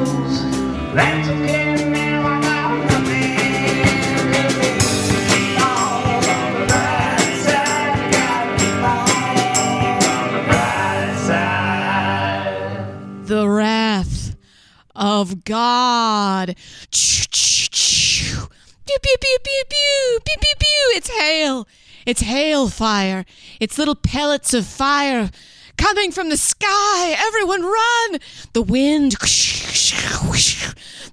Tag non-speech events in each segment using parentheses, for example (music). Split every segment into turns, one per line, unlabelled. That's okay, now I got nothing.
the wrath of God. Pew, pew, pew, pew, pew, pew, pew, pew. It's hail. It's hail fire. It's little pellets of fire coming from the sky. Everyone run. The wind.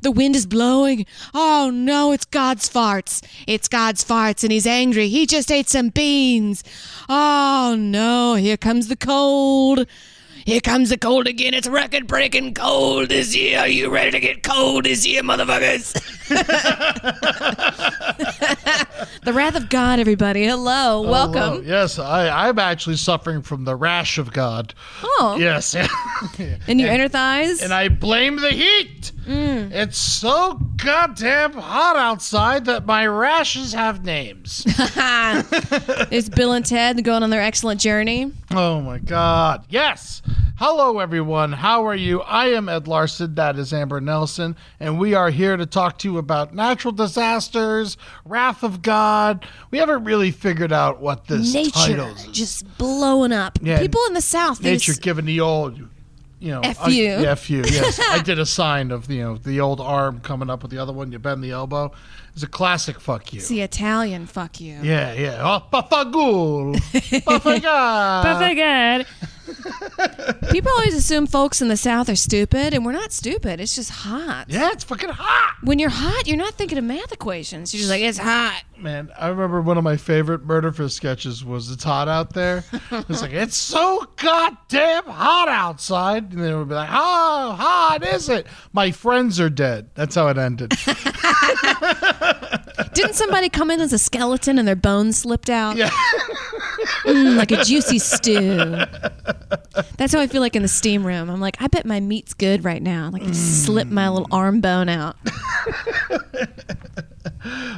The wind is blowing. Oh no, it's God's farts. It's God's farts, and he's angry. He just ate some beans. Oh no, here comes the cold. Here comes the cold again. It's record breaking cold this year. Are you ready to get cold this year, motherfuckers? (laughs) the wrath of God, everybody. Hello.
Hello.
Welcome.
Oh, Yes, I, I'm actually suffering from the rash of God.
Oh.
Yes. (laughs)
In your inner thighs?
and I blame the heat.
Mm.
It's so goddamn hot outside that my rashes
(laughs)
have names.
There's Bill and Ted going on their excellent journey.
oh my god. Yes. Hello, everyone. How are you? I am Ed Larson. That is Amber Nelson. And we are here to talk to you about natural disasters, wrath of God. We haven't really figured out what this
Nature
title is.
just blowing up.
Yeah.
People in the South. they
nature
just-
giving the old you know
F
I-
you.
yeah, F you,
(laughs)
yes i did a sign of you know the old arm coming up with the other one you bend the elbow it's a classic fuck you
It's the Italian. Fuck you.
yeah yeah oh
(laughs)
pafagul pafaga
Perfect.
(laughs)
People always assume folks in the South are stupid, and we're not stupid. It's just hot.
yeah it's fucking hot
When you're hot, you're not thinking of math equations. You're just like, it's hot.
man i remember one of my favorite murder fist sketches was it's hot out there it's like it's so goddamn hot outside and then it would be like how hot is it my friends are dead that's how it ended (laughs)
Didn't somebody come in as a skeleton and their bones slipped out? Yeah. mm, like a juicy stew. That's how I feel like in the steam room. I'm like, I bet my meat's good right now. Like, I slip my little arm bone out.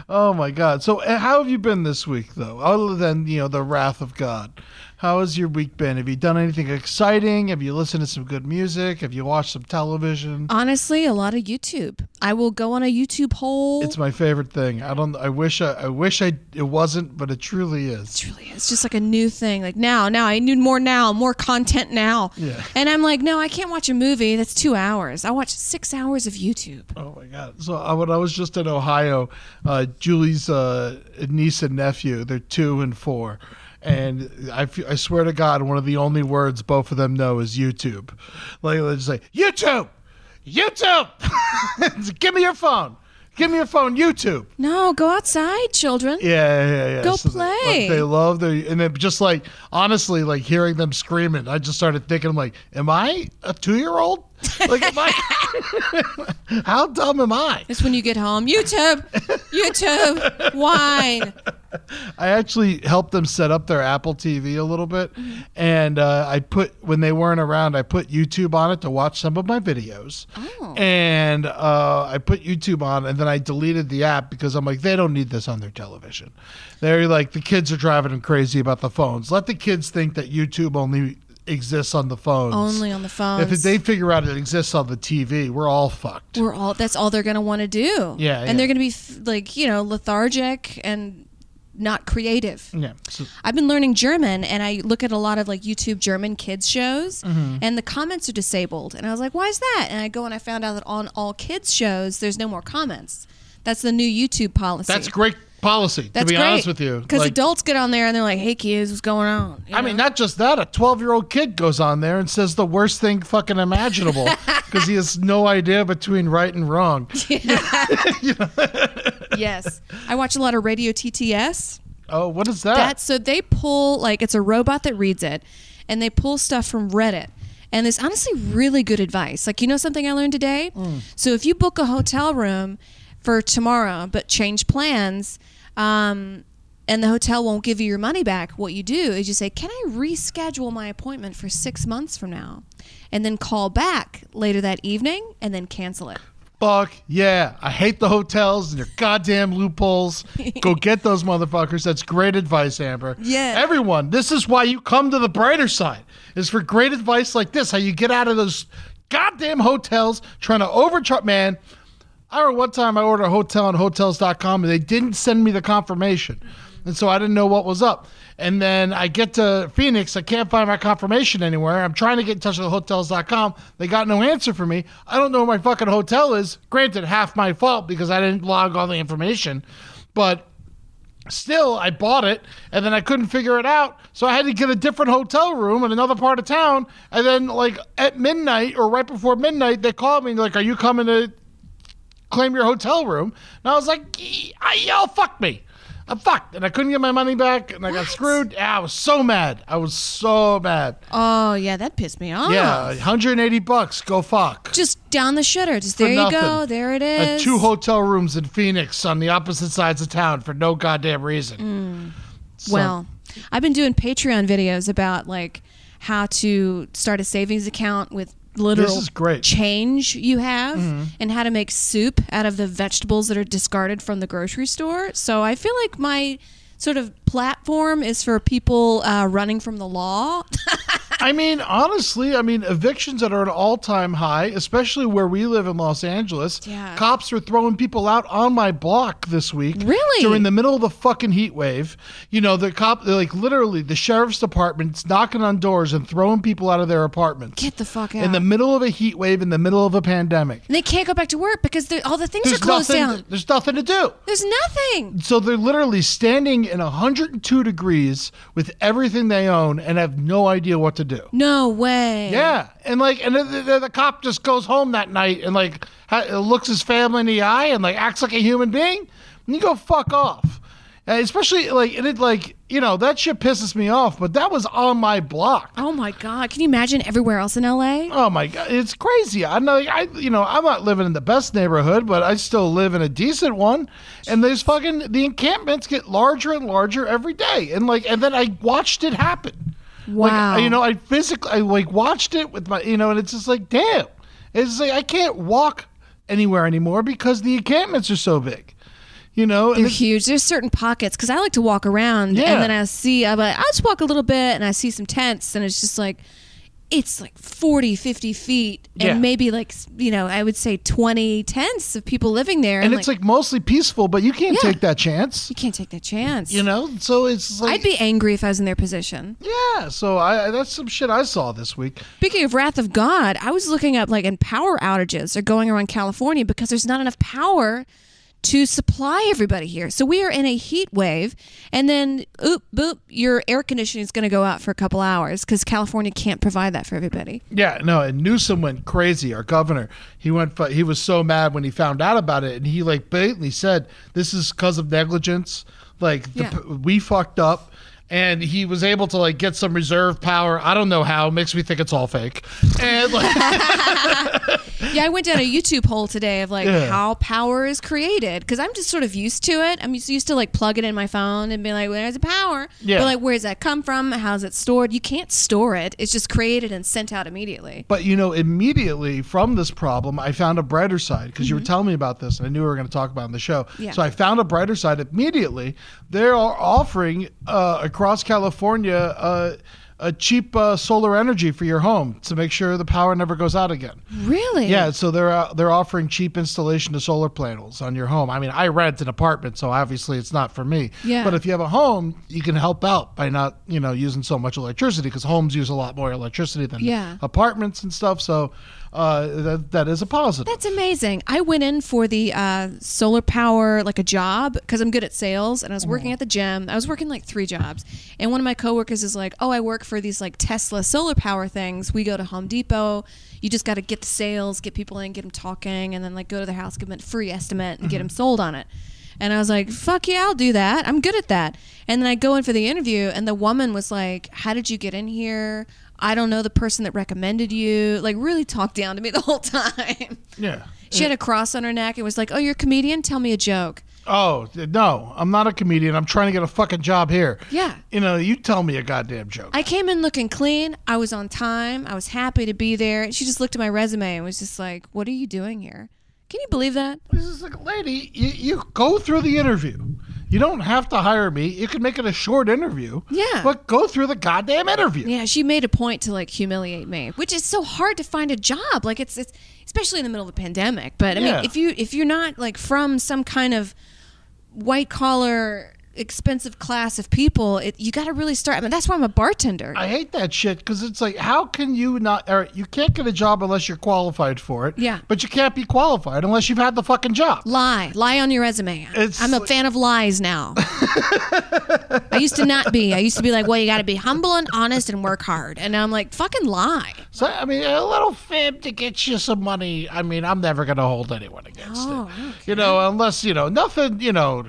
Oh my God! So, uh, how have you been this week, though? Other than you know the wrath of God, how has your week been? Have you done anything exciting? Have you listened to some good music? Have you watched some television?
Honestly, a lot of YouTube. I will go on a YouTube hole.
It's my favorite thing. I don't. I wish. I, I wish. I. It wasn't, but it truly is.
It's really it's just like a new thing. Like now, now I need more now, more content now.
Yeah.
And I'm like, no, I can't watch a movie that's two hours. I watch six hours of YouTube.
Oh my God! So I, when I was just in Ohio, uh, Julie's uh, niece and nephew, they're two and four, and I, f- I swear to God, one of the only words both of them know is YouTube. Like they just say YouTube, YouTube. (laughs) It's, Give me your phone. Give me your phone. YouTube.
No, go outside, children.
Yeah, yeah, yeah. yeah.
Go
they- like,
play.
They, love their and then just like honestly, like hearing them screaming, I just started thinking, I'm like, am I a two year old? Like,
(laughs)
am I? (laughs) how dumb am I?
It's when you get home. YouTube, YouTube, wine.
I actually helped them set up their Apple TV a little bit, and uh, I put when they weren't around, I put YouTube on it to watch some of my videos,
Oh.
and uh, I put YouTube on, and then I deleted the app because I'm like, they don't need this on their television. They're like, the kids are driving them crazy about the phones. Let the kids think that YouTube only exists on the phones.
Only on the
If
phones.
they figure out it exists on the TV, we're all fucked.
we're all that's all they're gonna want to do.
Yeah,
and
yeah.
they're gonna be f- like you know lethargic and not creative.
yeah. So,
I've been learning German, and I look at a lot of like YouTube German kids shows,
Mm-hmm.
and the comments are disabled. And I was like, "Why is that?" And I go and I found out that on all kids shows, there's no more comments. That's the new YouTube policy.
that's great policy.
That's
to be
great.
honest with you,
because
Like,
adults get on there and they're like, "Hey kids, what's going on?" You
I mean, (laughs)
know?
not just that. A twelve-year-old kid goes on there and says the worst thing fucking imaginable because he has no idea between right and wrong.
yes, I watch a lot of Radio TTS.
Oh, what is that?
That's so they pull like it's a robot that reads it, and they pull stuff from Reddit. And there's honestly really good advice. Like you know something I learned today. So if you book a hotel room for tomorrow, but change plans, um, and the hotel won't give you your money back, what you do is you say, "Can I reschedule my appointment for six months from now?" And then call back later that evening and then cancel it.
Fuck yeah! I hate the hotels and your goddamn loopholes. Go get those motherfuckers. That's great advice, Amber.
Yeah.
Everyone, this is why you come to the brighter side. Is for great advice like this. How you get out of those goddamn hotels trying to overcharge. Man, I remember one time I ordered a hotel on Hotels.com and they didn't send me the confirmation, and so I didn't know what was up. And then I get to Phoenix, I can't find my confirmation anywhere. I'm trying to get in touch with Hotels.com. They got no answer for me. I don't know where my fucking hotel is. Granted, half my fault because I didn't log all the information, but still i bought it and then i couldn't figure it out so i had to get a different hotel room in another part of town and then like at midnight or right before midnight they called me and like are you coming to claim your hotel room and i was like "Y- I- y'all fuck me i'm fucked and i couldn't get my money back and i got screwed yeah i was so mad i was so mad
Oh yeah, that pissed me off.
yeah 180 bucks go fuck
Just down the shutter. Just there
for
you
nothing.
go. There it
At
is.
two hotel rooms in Phoenix on the opposite sides of town for no goddamn reason. So-
Mm. Well, I've been doing Patreon videos about like how to start a savings account with literal
This is great. Mm-hmm.
change you have and how to make soup out of the vegetables that are discarded from the grocery store. So I feel like my sort of platform is for people uh, running from the law.
I mean, honestly, I mean, evictions that are at an all time high, especially where we live in Los Angeles.
Yeah.
Cops are throwing people out on my block this week.
Really?
During the middle of the fucking heat wave. You know, the cop, they're like literally the sheriff's department's knocking on doors and throwing people out of their apartments.
(laughs) Get the fuck out.
In the middle of a heat wave, in the middle of a pandemic.
and they can't go back to work because they're- all the things
There's
are closed
nothing,
down.
There's nothing to do.
There's nothing.
So they're literally standing in 102 degrees with everything they own and have no idea what to do.
No way.
Yeah, and like, and the, the, the cop just goes home that night and like ha- looks his family in the eye and like acts like a human being. And you go fuck off. Uh, especially like and it like you know that shit pisses me off. But that was on my block.
Oh my God. Can you imagine everywhere else in LA?
Oh my god, it's crazy. I know, I you know, I'm not living in the best neighborhood, but I still live in a decent one. And there's fucking the encampments get larger and larger every day, and like, and then I watched it happen.
Wow.
Like, you know, I physically, I like watched it with my, you know, and it's just like, damn, it's like I can't walk anywhere anymore because the encampments are so big. You know, and
They're
it's-
huge. There's certain pockets because I like to walk around
Yeah.
and then I see, I'm like, I'll just walk a little bit and I see some tents and it's just like, it's like 40, 50 feet and
Yeah.
maybe like, s- you know, I would say 20 tents of people living there.
and it's like, mostly peaceful, but you can't
Yeah.
take that chance.
you can't take that chance.
You know, so it's like,
I'd be angry if I was in their position.
yeah. So I I- that's some shit I saw this week.
Speaking of wrath of God, I was looking up like and power outages are going around California because there's not enough power to supply everybody here. So we are in a heat wave, and then oop boop, your air conditioning is going to go out for a couple hours because California can't provide that for everybody.
Yeah, no, and Newsom went crazy. Our governor, he went. fu- He was so mad when he found out about it, and he like blatantly said, "This is because of negligence. Like the,
Yeah.
p- we fucked up." And he was able to like get some reserve power. I don't know how. Makes me think it's all fake. And like,
Yeah, I went down
(laughs)
a YouTube hole today of like
Yeah.
how power is created because I'm just sort of used to it. I'm just used to like plugging in my phone and being like, "Where's the power?"
Yeah.
But like, where does that come from? How's it stored? You can't store it. It's just created and sent out immediately.
but you know, immediately from this problem, I found a brighter side because you were telling me about this, and I knew we were going to talk about it on the show.
Yeah.
So I found a brighter side immediately. They are offering uh, across California. Uh, uh, cheap uh, solar energy for your home to make sure the power never goes out again.
Really?
Yeah, so they're uh, they're offering cheap installation to solar panels on your home. I mean, I rent an apartment, so obviously it's not for me.
Yeah.
But if you have a home, you can help out by not you know using so much electricity because homes use a lot more electricity than
Yeah.
apartments and stuff. So uh, that that is a positive.
That's amazing. I went in for the uh, solar power, like a job, because I'm good at sales, and I was working at the gym. I was working like three jobs, and one of my coworkers is like, "Oh, I work for these like Tesla solar power things. We go to Home Depot. You just got to get the sales, get people in, get them talking, and then like go to their house, give them a free estimate, and get them sold on it." And I was like, fuck yeah, I'll do that. I'm good at that. And then I go in for the interview, and the woman was like, How did you get in here? I don't know the person that recommended you. Like, really talked down to me the whole (laughs) time.
yeah.
She had a cross on her neck and was like, "Oh, you're a comedian. Tell me a joke."
Oh no, I'm not a comedian. I'm trying to get a fucking job here.
Yeah.
You know, you tell me a goddamn joke.
I came in looking clean. I was on time. I was happy to be there. And she just looked at my resume and was just like, "What are you doing here? Can you believe that?"
This is like, lady, you, you go through the interview. You don't have to hire me. You can make it a short interview.
Yeah.
But go through the goddamn interview.
Yeah, she made a point to like humiliate me, which is so hard to find a job. Like it's it's especially in the middle of the pandemic. But I
Yeah.
mean, if you if you're not like from some kind of white collar expensive class of people, it, you got to really start. I mean, that's why I'm a bartender.
I hate that shit because it's like, how can you not? Or you can't get a job unless you're qualified for it.
Yeah.
But you can't be qualified unless you've had the fucking job.
Lie, lie on your resume.
It's
I'm a
like-
fan of lies
(laughs)
now. I used to not be. I used to be like, well, you got to be humble and honest and work hard. And now I'm like, fucking lie.
So I mean, a little fib to get you some money. I mean, I'm never gonna hold anyone against
Oh,
it. You know, unless you know nothing. You know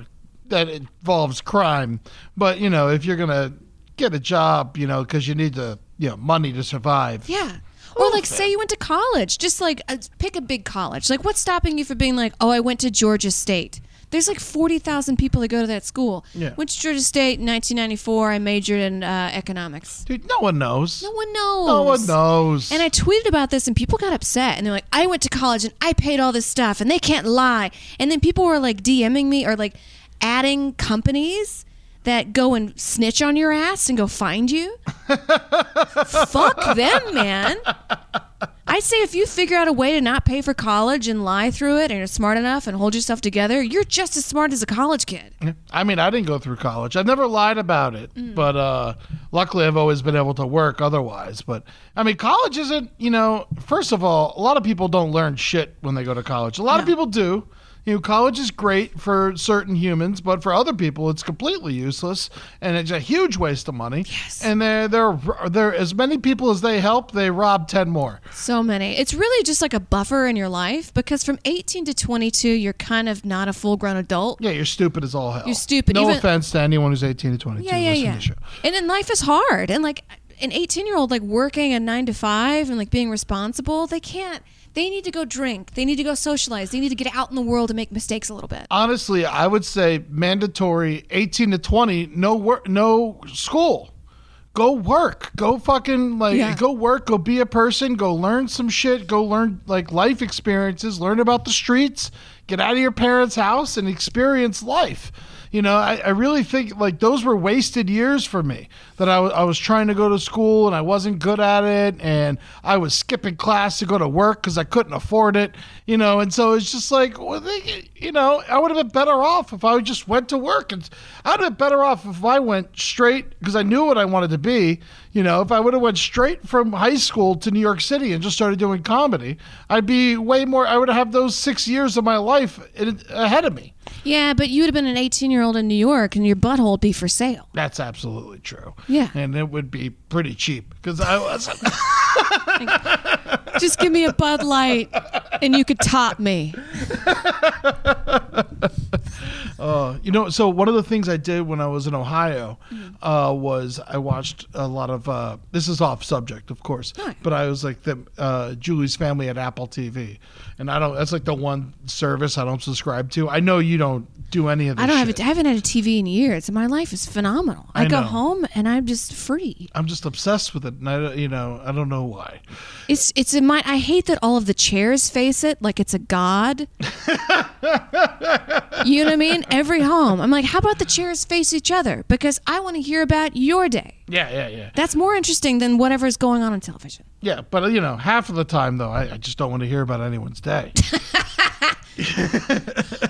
that involves crime. But you know, if you're gonna get a job, you know, because you need the you know money to survive.
Yeah. Or like, say you went to college. Just like, uh, pick a big college. Like, what's stopping you from being like, oh, I went to Georgia State? There's like 40,000 people that go to that school.
Yeah.
Went to Georgia State in 1994. I majored in uh, economics.
Dude, no one knows.
No one knows.
No one knows.
And I tweeted about this, and people got upset, and they're like, "I went to college, and I paid all this stuff, and they can't lie." And then people were like DMing me or like adding companies that go and snitch on your ass and go find you. Fuck them, man. I say if you figure out a way to not pay for college and lie through it, and you're smart enough and hold yourself together, you're just as smart as a college kid.
I mean, I didn't go through college. I've never lied about it,
Mm.
but uh, luckily I've always been able to work otherwise. But I mean, college isn't, you know, first of all, a lot of people don't learn shit when they go to college. A lot of people do. You know, college is great for certain humans, but for other people, it's completely useless and it's a huge waste of money. Yes. And they're, they're, they're as many people as they help, they rob 10 more.
So many. It's really just like a buffer in your life because from 18 to 22, you're kind of not a full grown adult.
Yeah, you're stupid as all hell.
You're stupid.
No
Even-
offense to anyone who's 18 to 22
yeah, yeah,
listening to
yeah.
the show.
And then life is hard. And like an 18 year old, like working a nine to five and like being responsible, they can't. They need to go drink. They need to go socialize. They need to get out in the world and make mistakes a little
Uh,
bit.
honestly, I would say mandatory 18 to 20, no work, no school. Go work. Go fucking like
Yeah.
go work, go be a person, go learn some shit, go learn like life experiences, learn about the streets, get out of your parents' house and experience life. You know, I, I really think like those were wasted years for me that I wa- I was trying to go to school and I wasn't good at it. And I was skipping class to go to work because I couldn't afford it, you know. And so it's just like, well, they, you know, I would have been better off if I just went to work. And I'd have been better off if I went straight because I knew what I wanted to be. You know, if I would have went straight from high school to New York City and just started doing comedy, I'd be way more. I would have those six years of my life in, ahead of me.
Yeah, but you would have been an 18 year old in New York and your butthole would be for sale.
(laughs) That's absolutely true.
Yeah.
and it would be pretty cheap because I wasn't.
Just give me a Bud Light and you could top me.
You know, so one of the things I did when I was in Ohio
Mm.
uh, was I watched a lot of. Uh, this is off subject, of course, but I was like the uh, Julie's Family at Apple TV, and I don't. That's like the one service I don't subscribe to. I know you don't do any of this.
I don't have
shit.
a, I haven't had a TV in years. and My life is phenomenal. I,
I
go
know.
home and I'm just free.
I'm just obsessed with it, and I, don't- you know, I don't know why.
It's it's in
(laughs)
my. I hate that all of the chairs face it like it's a god. You know what I mean? Every home. I'm like, how about the chairs face each other? Because I want to hear about your day.
Yeah, yeah, yeah.
That's more interesting than whatever's going on on television.
Yeah, but uh, you know, half of the time though, I, I just don't want to hear about anyone's day.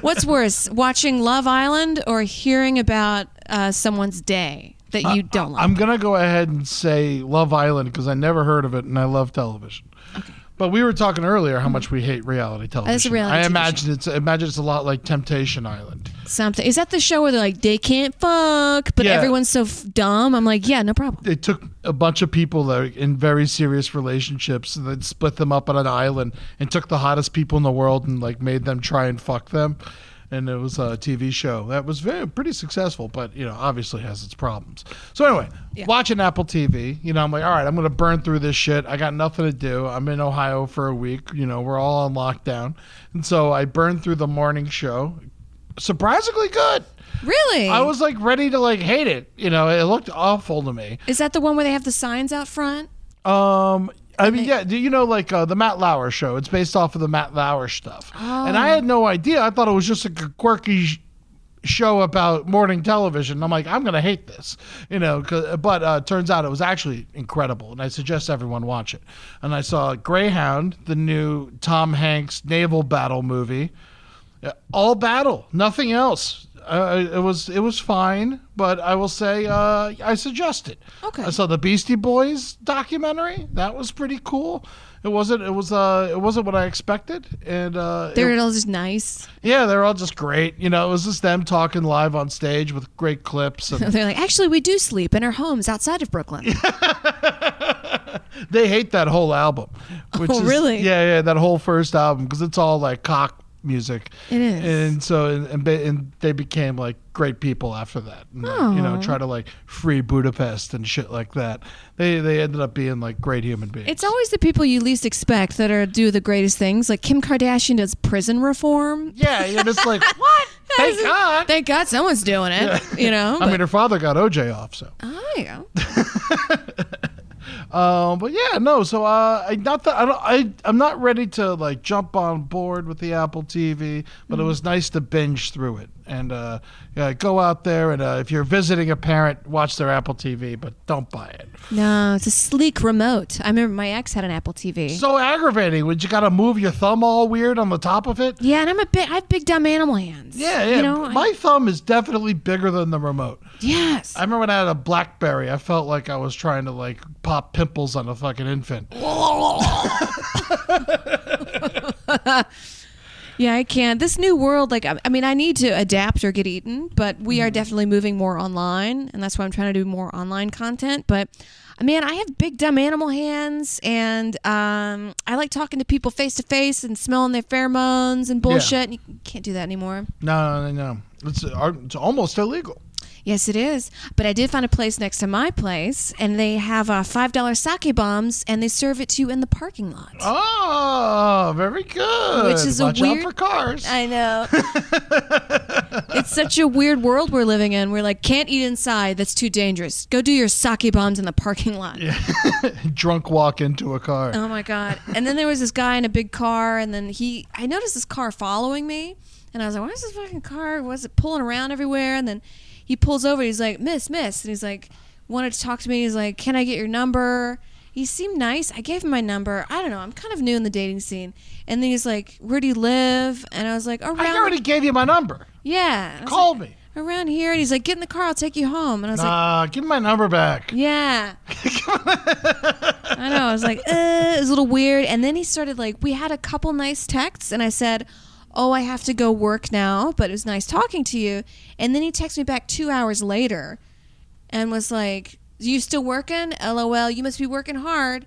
What's
(laughs)
worse, watching Love Island or hearing about uh, someone's day that you don't like?
I'm gonna go ahead and say Love Island because I never heard of it and I love television. But we were talking earlier how much we hate reality television.
reality
I
TV
imagine it's imagine it's a lot like Temptation Island.
Something is that the show where they're like they can't fuck, but
Yeah.
everyone's so f- dumb. I'm like, yeah, no problem.
They took a bunch of people that are in very serious relationships and then split them up on an island and took the hottest people in the world and like made them try and fuck them. And it was a TV show that was very pretty successful, but you know obviously has its problems. So anyway, watching Apple TV, you know I'm like, all right, I'm gonna burn through this shit. I got nothing to do. I'm in Ohio for a week. You know we're all on lockdown, and so I burned through the morning show. Surprisingly good.
Really?
I was like ready to like hate it. You know, it looked awful to me.
is that the one where they have the signs out front?
Um, I mean, yeah, do you know like uh, the Matt Lauer show? It's based off of the Matt Lauer stuff, and I had no idea. I thought it was just like a quirky sh- show about morning television. I'm like, I'm gonna hate this, you know. 'cause- But uh, turns out it was actually incredible, and I suggest everyone watch it. And I saw Greyhound, the new Tom Hanks naval battle movie. Yeah, all battle, nothing else. Uh, it was it was fine, but I will say uh, I suggest it.
Okay.
I saw the Beastie Boys documentary. That was pretty cool. It wasn't it was uh it wasn't what I expected, and uh,
They're
it-
all just nice.
yeah, they're all just great. You know, it was just them talking live on stage with great clips, and
(laughs) They're like, actually, we do sleep in our homes outside of Brooklyn.
they hate that whole album. Which
Oh,
is,
really?
Yeah, yeah, that whole first album because it's all like cock music.
It is.
And so, and, and, ba- and they became like great people after that. And, like, you
Oh.
know, try to like free Budapest and shit like that. They they ended up being like great human beings.
It's always the people you least expect that are do the greatest things. Like Kim Kardashian does prison reform.
yeah, and
(laughs)
it's like what? Thank God.
Thank God someone's doing it. You
(laughs)
know.
I mean, her father got OJ off, so.
oh, there you go.
Um, but yeah, no. So uh, I not that I don't I I'm not ready to like jump on board with the Apple TV, but it
Mm.
was nice to binge through it and uh, yeah, go out there and uh, if you're visiting a parent, watch their Apple TV, but don't buy it.
No, it's a sleek remote. I remember my ex had an Apple TV.
So aggravating when you got to move your thumb all weird on the top of it.
yeah, and I'm a big. I have big dumb animal hands.
Yeah, yeah.
You know, I-
my thumb is definitely bigger than the remote.
yes.
I remember when I had a BlackBerry, I felt like I was trying to like pop pimples on a fucking infant.
yeah, I can. This new world, like, I, I mean, I need to adapt or get eaten, but we are definitely moving more online, and that's why I'm trying to do more online content. But uh, man, I have big dumb animal hands, and um, I like talking to people face to face and smelling their pheromones and bullshit. And you can't do that anymore.
No, no, no. It's, uh, it's almost illegal.
Yes, it is. But I did find a place next to my place, and they have uh, five dollar sake bombs, and they serve it to you in the parking lot.
Oh, very good.
Which is a
Watch
weird-
out for cars.
I know. it's such a weird world we're living in. We're like, can't eat inside. That's too dangerous. Go do your sake bombs in the parking lot.
(laughs) Drunk walk into a car.
Oh my god! And then there was this guy in a big car, and then he, I noticed this car following me, and I was like, why is this fucking car? Was it pulling around everywhere? And then he pulls over. He's like, Miss, Miss, and he's like, wanted to talk to me. He's like, can I get your number? He seemed nice. I gave him my number. I don't know. I'm kind of new in the dating scene. And then he's like, where do you live? And I was like, around.
I already gave you my number.
yeah. And I was
Call
like,
me.
around here and he's like get in the car i'll take you home and i was like
Uh, give me my number back.
yeah i know i was like uh, it was a little weird and then he started like we had a couple nice texts and i said oh i have to go work now but it was nice talking to you and then he texted me back two hours later and was like you still working lol you must be working hard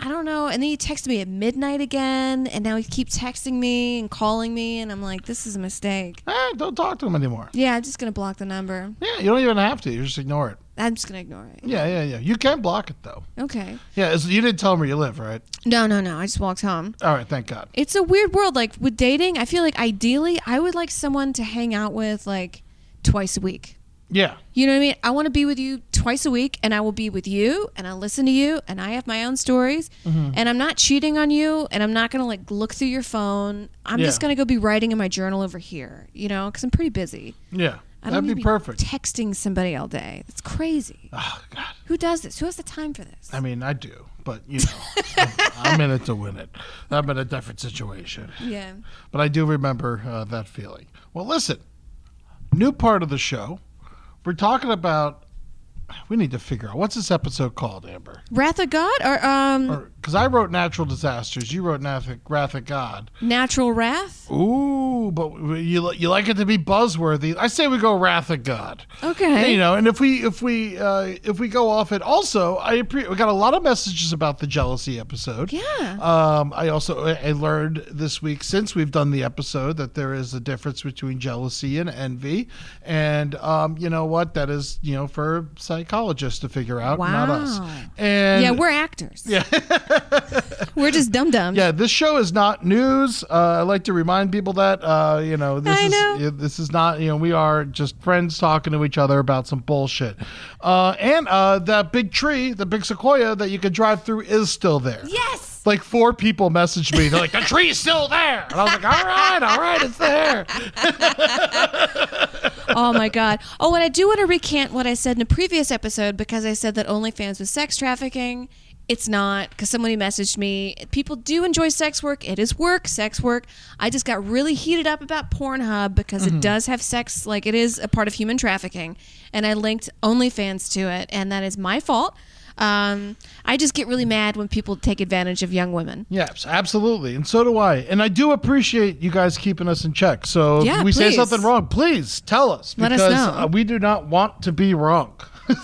I don't know. And then he texted me at midnight again, and now he keeps texting me and calling me, and I'm like, this is a mistake.
Eh, don't talk to him anymore.
Yeah, I'm just gonna block the number.
Yeah, you don't even have to. You just ignore it.
I'm just gonna ignore it.
Yeah, yeah, yeah. You can block it though.
Okay.
Yeah, it's, you didn't tell him where you live, right?
No, no, no. I just walked home.
All right, thank God.
It's a weird world. Like with dating, I feel like ideally I would like someone to hang out with like twice a week.
Yeah.
You know what I mean? I want to be with you twice a week, and I will be with you, and I'll listen to you, and I have my own stories,
Mm-hmm.
and I'm not cheating on you, and I'm not gonna like look through your phone. I'm
Yeah.
just gonna go be writing in my journal over here, you know, because I'm pretty busy.
Yeah.
I
That'd
need
be,
to
perfect.
Texting somebody all day. That's crazy.
oh God.
Who does this? Who has the time for this?
I mean, I do, but you know, I'm, I'm in it to win it. I'm in a different situation.
(laughs) yeah.
but I do remember uh, that feeling. Well, listen, new part of the show. We're talking about. We need to figure out what's this episode called, Amber?
Wrath of God or um
Because I wrote natural disasters, you wrote Nath- wrath of God.
natural wrath?
Ooh, but you li- you like it to be buzzworthy. I say we go wrath of God.
Okay.
You know, and if we if we uh, if we go off it, also I appre- we got a lot of messages about the jealousy episode.
Yeah.
Um, I also I I learned this week since we've done the episode that there is a difference between jealousy and envy, and um, you know what that is you know for psychologists to figure out, not us.
Wow.
And
yeah, we're actors. Yeah. (laughs) we're just dum dums.
yeah, this show is not news. Uh, I like to remind people that uh, you know this
I
is
know.
yeah, this is not you know we are just friends talking to each other about some bullshit. Uh, and uh, that big tree, the big sequoia that you could drive through, is still there.
Yes.
Like four people messaged me. They're like, "The tree's still there," and I was like, "All right, all right, it's
(laughs)
there."
Oh my God. Oh, and I do want to recant what I said in a previous episode because I said that OnlyFans was sex trafficking. It's not because somebody messaged me. People do enjoy sex work. It is work, sex work. I just got really heated up about Pornhub because
Mm-hmm.
it does have sex, like it is a part of human trafficking. And I linked OnlyFans to it, and that is my fault. Um, I just get really mad when people take advantage of young women.
Yes, absolutely, and so do I. And I do appreciate you guys keeping us in check. So
Yeah,
if we say
please.
something wrong, please tell us
Let us
because
know.
uh, we do not want to be wrong.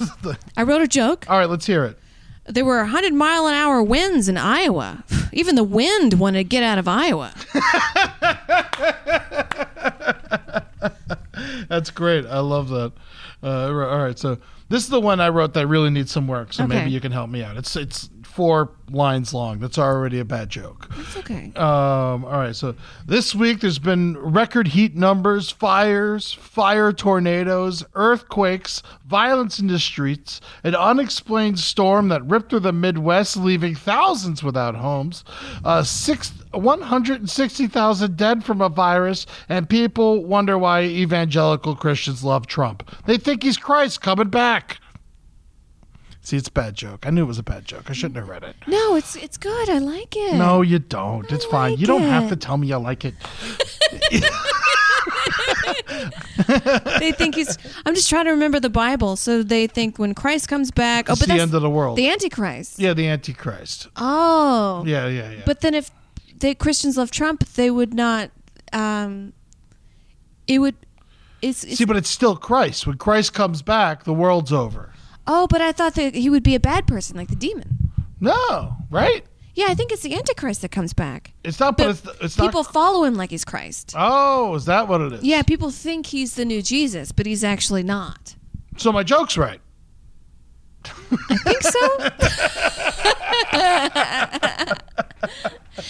(laughs)
I wrote a joke.
All right, let's hear it.
There were 100 mile an hour winds in Iowa. Even the wind wanted to get out of Iowa.
That's great. I love that. Uh, r- all right, so this is the one I wrote that really needs some work. So
Okay.
maybe you can help me out. It's it's four lines long. That's already a bad joke.
It's okay.
Um, all right, so this week there's been record heat numbers, fires, fire tornadoes, earthquakes, violence in the streets, an unexplained storm that ripped through the Midwest, leaving thousands without homes, uh, six, 160,000 dead from a virus, and people wonder why evangelical Christians love Trump. They think he's Christ coming back. See, it's a bad joke. I knew it was a bad joke. I shouldn't have read it.
No, it's it's good. I like it.
No, you don't. It's fine.
like
you don't have
it.
to tell me you like it.
They think he's I'm just trying to remember the Bible. So they think when Christ comes back, oh,
It's
but
the
that's
end of the world.
The Antichrist.
yeah, the Antichrist.
Oh.
Yeah, yeah, yeah.
But then if the Christians love Trump, they would not um it would it's, it's
see, but it's still Christ. When Christ comes back, the world's over.
Oh, but I thought that he would be a bad person like the demon.
No, right?
Yeah, I think it's the Antichrist that comes back.
It's not. But, it's it's not.
people follow him like he's Christ.
oh, is that what it is?
Yeah, people think he's the new Jesus, but he's actually not.
So my joke's right.
Think so?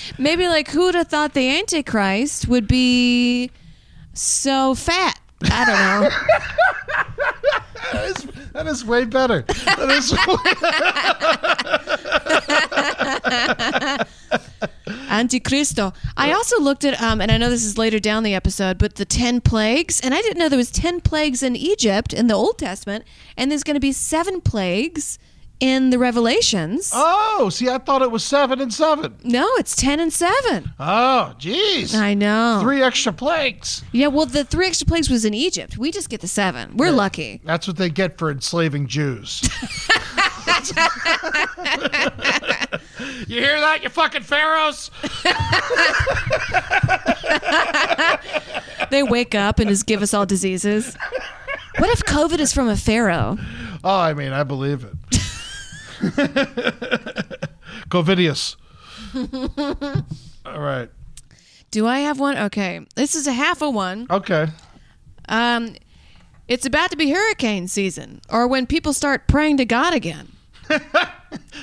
(laughs) Maybe like who'd have thought the Antichrist would be so fat? I don't know.
That is
(laughs)
way better. That is.
Antichristo. I also looked at um, and I know this is later down the episode, but the ten plagues, and I didn't know there was ten plagues in Egypt in the Old Testament, and there's going to be seven plagues in the Revelations.
oh, see, I thought it was seven and seven.
No, it's ten and seven.
Oh, jeez.
I know.
Three extra plagues.
Yeah, well, the three extra plagues was in Egypt. We just get the seven. We're lucky.
That's what they get for enslaving Jews. (laughs) you hear that, you fucking pharaohs?
(laughs) They wake up and just give us all diseases. What if COVID is from a pharaoh?
Oh, I mean, I believe it. (laughs) Covidius. All right.
Do I have one? Okay, this is a half a one.
Okay.
Um, it's about to be hurricane season, or when people start praying to God again.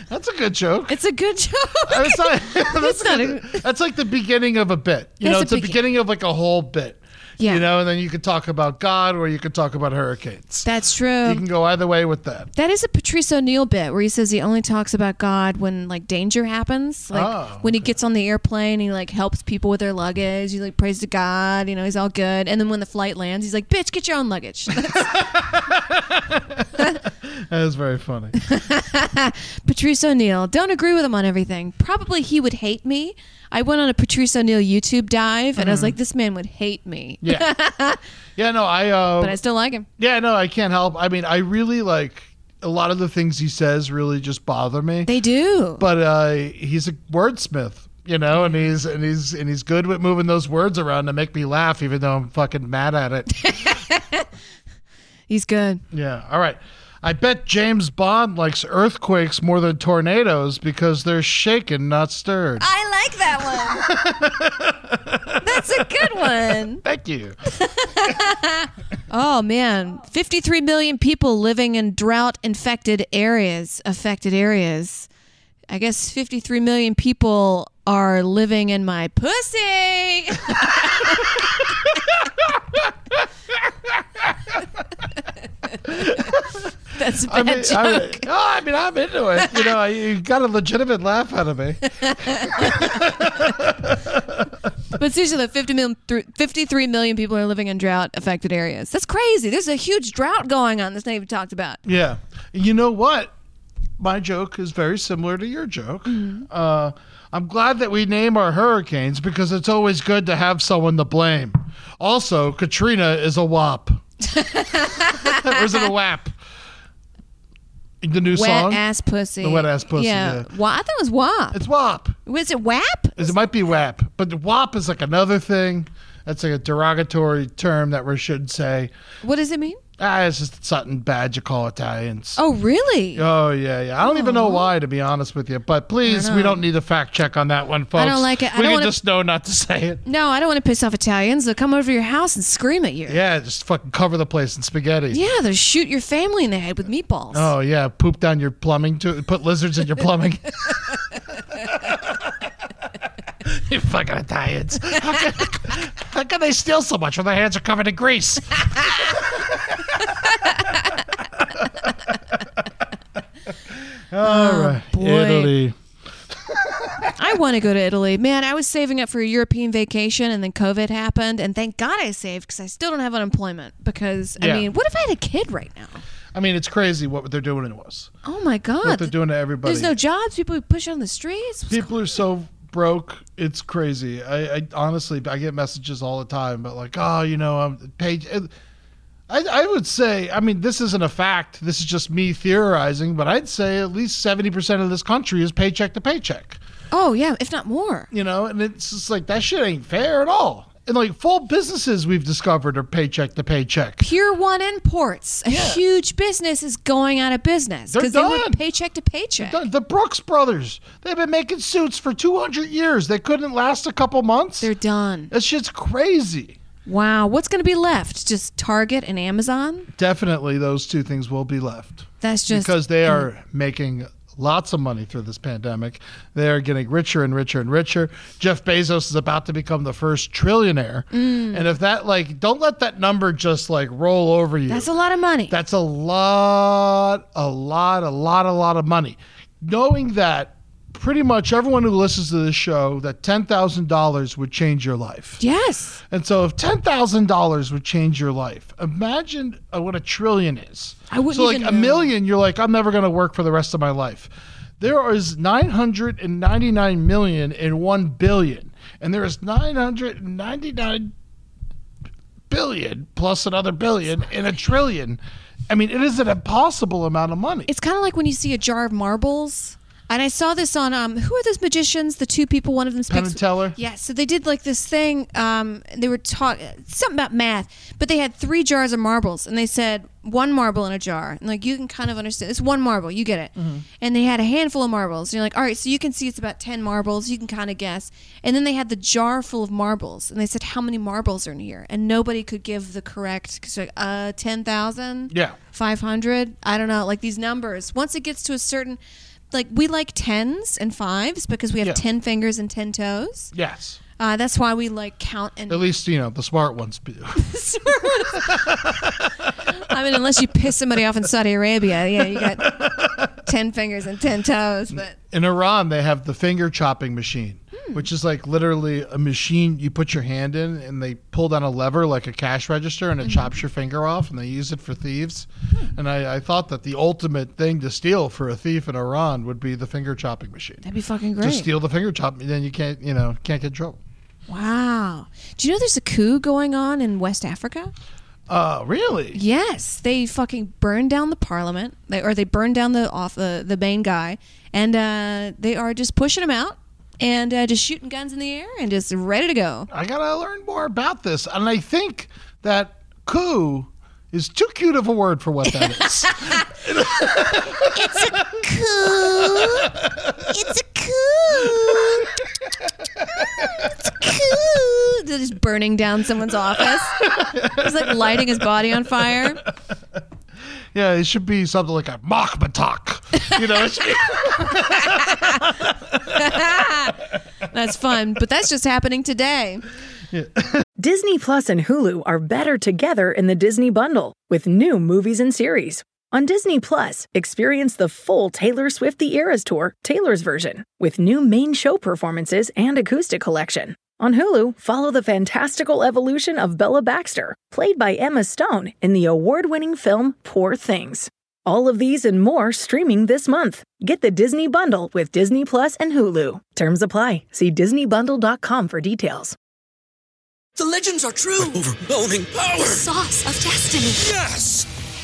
That's a good joke.
It's a good (laughs) joke.
That's, not,
(laughs)
that's,
It's not
good-
a- (laughs)
that's like the beginning of a bit. You
That's
know,
a
it's the
begin-
beginning of like a whole bit.
Yeah.
You know, and then you could talk about God or you could talk about hurricanes.
That's true.
you can go either way with that.
That is a Patrice O'Neill bit where he says he only talks about God when like danger happens, like
Oh,
when he gets on the airplane, he like helps people with their luggage. He like prays to God, you know, he's all good. And then when the flight lands, he's like, "Bitch, get your own
(laughs)
luggage."
(laughs)
(laughs)
That is very funny.
Patrice O'Neill. Don't agree with him on everything. Probably he would hate me. I went on a Patrice O'Neill YouTube dive, and I was like, "This man would hate me,"
Mm.
(laughs)
Yeah. yeah, no, I uh
but I still like him.
Yeah, no, I can't help. I mean, I really like a lot of the things he says really just bother me.
They do.
but uh he's a wordsmith, you know, and he's and he's and he's good with moving those words around to make me laugh even though I'm fucking mad at it.
he's good.
Yeah. All right. I bet James Bond likes earthquakes more than tornadoes because they're shaken, not stirred.
I like that
(laughs)
one. That's a good one.
Thank you.
Oh man, 53 million people living in drought infected areas, affected areas. I guess 53 million people are living in my pussy. (laughs) That's a bad
I mean,
joke.
I, mean, oh, I mean, I'm into it. You know, you got a legitimate laugh out of me.
But seriously, 50 million, thr- 53 million people are living in drought affected areas. That's crazy. There's a huge drought going on that's not even talked about.
Yeah. You know what? My joke is very similar to your joke. Uh, I'm glad that we name our hurricanes because it's always good to have someone to blame. Also, Katrina is a wop. or is it a wap? The new
Wet
song?
ass pussy.
The wet ass pussy, yeah.
Wa- I thought it was WAP.
It's WAP.
Was it WAP?
It might be WAP, but WAP is like another thing. That's like a derogatory term that we should say.
What does it mean?
Ah, it's just something bad you call Italians.
Oh, really?
Oh, yeah, yeah. I don't even know why, to be honest with you. But please, we don't need a fact check on that one, folks.
don't like it. I
we
don't
can
wanna-
just know not to say it.
No, I don't want to piss off Italians. They'll come over to your house and scream at you.
Yeah, just fucking cover the place in spaghetti.
Yeah, they'll shoot your family in the head with meatballs.
Oh yeah, poop down your plumbing to put lizards in
(laughs)
your plumbing. (laughs) you fucking Italians. How can, how can they steal so much when their hands are covered in
(laughs)
grease? All
Oh,
right,
boy.
Italy.
I want to go to Italy. Man, I was saving up for a European vacation and then COVID happened. And thank God I saved because I still don't have unemployment. Because, I
Yeah.
mean, what if I had a kid right now?
I mean, it's crazy what they're doing to us.
Oh, my God.
What they're doing to everybody.
There's no jobs. People push on the streets.
People are so broke. It's crazy. I, I honestly, I get messages all the time, but like, oh, you know, I'm page. I, I would say, I mean, this isn't a fact. This is just me theorizing, but I'd say at least 70% of this country is paycheck to paycheck,
Oh, yeah, if not more.
you know, and it's just like, that shit ain't fair at all. And like full businesses we've discovered are paycheck to paycheck.
Pier One Imports, a huge business, is going out of business
They're
because they
done.
went paycheck to paycheck.
The, the Brooks brothers, they've been making suits for 200 years. They couldn't last a couple months.
They're done.
that shit's crazy.
Wow, what's going to be left? Just Target and Amazon?
definitely those two things will be left
That's just mm.
because they are making lots of money through this pandemic. They are getting richer and richer and richer. Jeff Bezos is about to become the first trillionaire.
Mm.
And if that like don't let that number just like roll over you.
that's a lot of money.
That's a lot, a lot, a lot, a lot of money. Knowing that pretty much everyone who listens to this show that $10,000 would change your life.
yes,
And so, if ten thousand dollars would change your life, imagine uh, what a trillion is.
I wouldn't
So, like
even
a
know.
million, you're like, I'm never going to work for the rest of my life. There is nine hundred and ninety nine million and one billion, and there is nine hundred and ninety nine billion plus another billion in a trillion. I mean, it is an impossible amount of money.
it's kind of like when you see a jar of marbles. And I saw this on um, who are those magicians? The two people, one of them
Penn
speaks.
and Teller.
Yeah, so they did like this thing. Um, they were talk something about math, but they had three jars of marbles, and they said one marble in a jar, and like you can kind of understand it's one marble, you get it.
Mm-hmm.
And they had a handful of marbles, and you're like, all right, so you can see it's about ten marbles, you can kind of guess. And then they had the jar full of marbles, and they said how many marbles are in here, and nobody could give the correct because like uh ten thousand,
Yeah.
five hundred, I don't know, like these numbers. Once it gets to a certain like we like tens and fives because we have
Yeah.
10 fingers and 10 toes
Yes.
Uh, that's why we like count and.
At least you know the smart ones do. (laughs)
(laughs) I mean, unless you piss somebody off in Saudi Arabia, yeah, you got ten fingers and ten toes. But
in Iran, they have the finger chopping machine,
Hmm.
which is like literally a machine you put your hand in and they pull down a lever like a cash register and it
Mm-hmm.
chops your finger off and they use it for thieves.
Hmm.
And I, I thought that the ultimate thing to steal for a thief in Iran would be the finger chopping machine.
that'd be fucking great.
Just steal the finger chop, and then you can't, you know, can't get in trouble.
Wow. Do you know there's a coup going on in West Africa? Oh,
Uh, really?
Yes, they fucking burned down the parliament, they, or they burned down the off uh, the the main guy, and uh, they are just pushing him out and uh, just shooting guns in the air and just ready to go. (laughs)
I gotta learn more about this, and I think that coup is too cute of a word for what that
(laughs)
is.
It's a coup. It's a coup. They're just burning down someone's office. It's like lighting his body on fire. (laughs)
Yeah, it should be something like a mock matak. You know, it should
(laughs)
be-
That's fun, but that's just happening today.
Disney Plus and Hulu are better together in the Disney bundle with new movies and series. On Disney Plus, experience the full Taylor Swift The Eras Tour, Taylor's version, with new main show performances and acoustic collection. On Hulu, follow the fantastical evolution of Bella Baxter, played by Emma Stone in the award winning film Poor Things. All of these and more streaming this month. Get the Disney Bundle with Disney Plus and Hulu. Terms apply. See DisneyBundle.com for details.
The legends are true.
Overwhelming power!
Sauce of destiny.
Yes!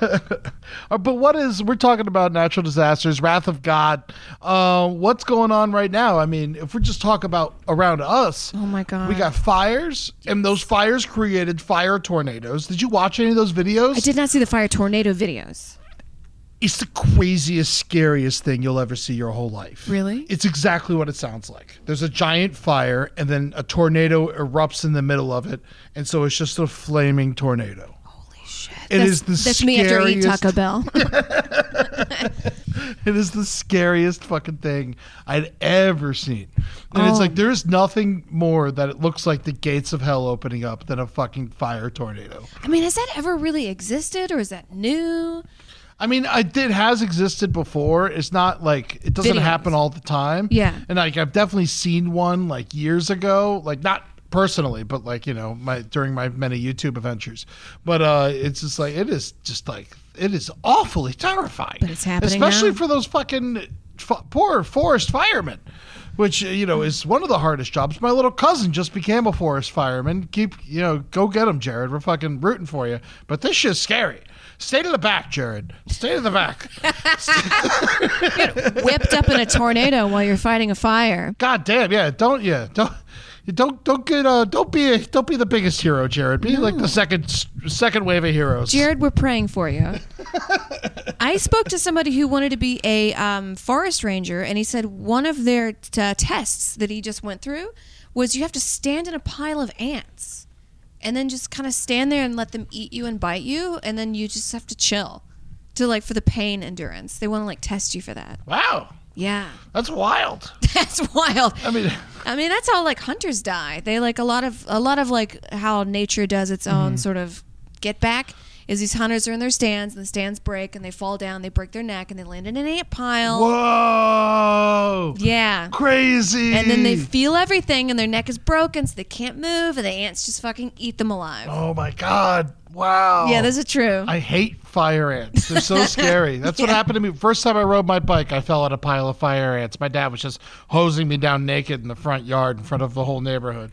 Uh, but what is we're talking about natural disasters, wrath of God. Uh, what's going on right now? I mean, if we're just talking about around us,
Oh my god.
we got fires, and those fires created fire tornadoes. Did you watch any of those videos?
I did not see the fire tornado videos.
It's the craziest, scariest thing you'll ever see your whole life.
Really?
It's exactly what it sounds like. There's a giant fire, and then a tornado erupts in the middle of it, and so it's just a flaming tornado. It
that's,
is the
that's me after I eat
scariest-
Taco Bell. (laughs)
It is the scariest fucking thing I'd ever seen. And it's
Oh.
like there's nothing more that it looks like the gates of hell opening up than a fucking fire tornado.
I mean, has that ever really existed, or is that new?
I mean, I- it has existed before. It's not like it doesn't
Videos.
happen all the time.
Yeah.
and like I've definitely seen one like years ago, like not personally, but like you know, my during my many YouTube adventures. But uh it's just like it is just like it is awfully terrifying.
But it's happening
especially
now.
for those fucking f- poor forest firemen. Which uh, you know is one of the hardest jobs. My little cousin just became a forest fireman. Keep you know, go get him, Jared. We're fucking rooting for you. But this shit's scary. Stay to the back, Jared. Stay to
(laughs)
the back.
Whipped up in a tornado while you're fighting a fire.
God damn, yeah. Don't yeah. Don't you don't don't get uh don't be a, don't be the biggest hero, Jared. Be like the second second wave of heroes.
Jared, we're praying for you. I spoke to somebody who wanted to be a um, forest ranger, and he said one of their t- uh, tests that he just went through was you have to stand in a pile of ants and then just kind of stand there and let them eat you and bite you, and then you just have to chill to like for the pain endurance. They want to like test you for that.
Wow.
Yeah.
That's wild.
(laughs) That's wild.
I mean (laughs)
I mean, that's how like hunters die. They like a lot of a lot of like how nature does its own
Mm-hmm.
sort of get back. Is these hunters are in their stands and the stands break and they fall down, they break their neck and they land in an ant pile.
Whoa.
Yeah.
Crazy.
And then they feel everything and their neck is broken so they can't move and the ants just fucking eat them alive.
Oh my god. Wow.
Yeah, those are true.
I hate fire ants. They're so scary. That's what happened to me. First time I rode my bike, I fell on a pile of fire ants. My dad was just hosing me down naked in the front yard in front of the whole (laughs) neighborhood.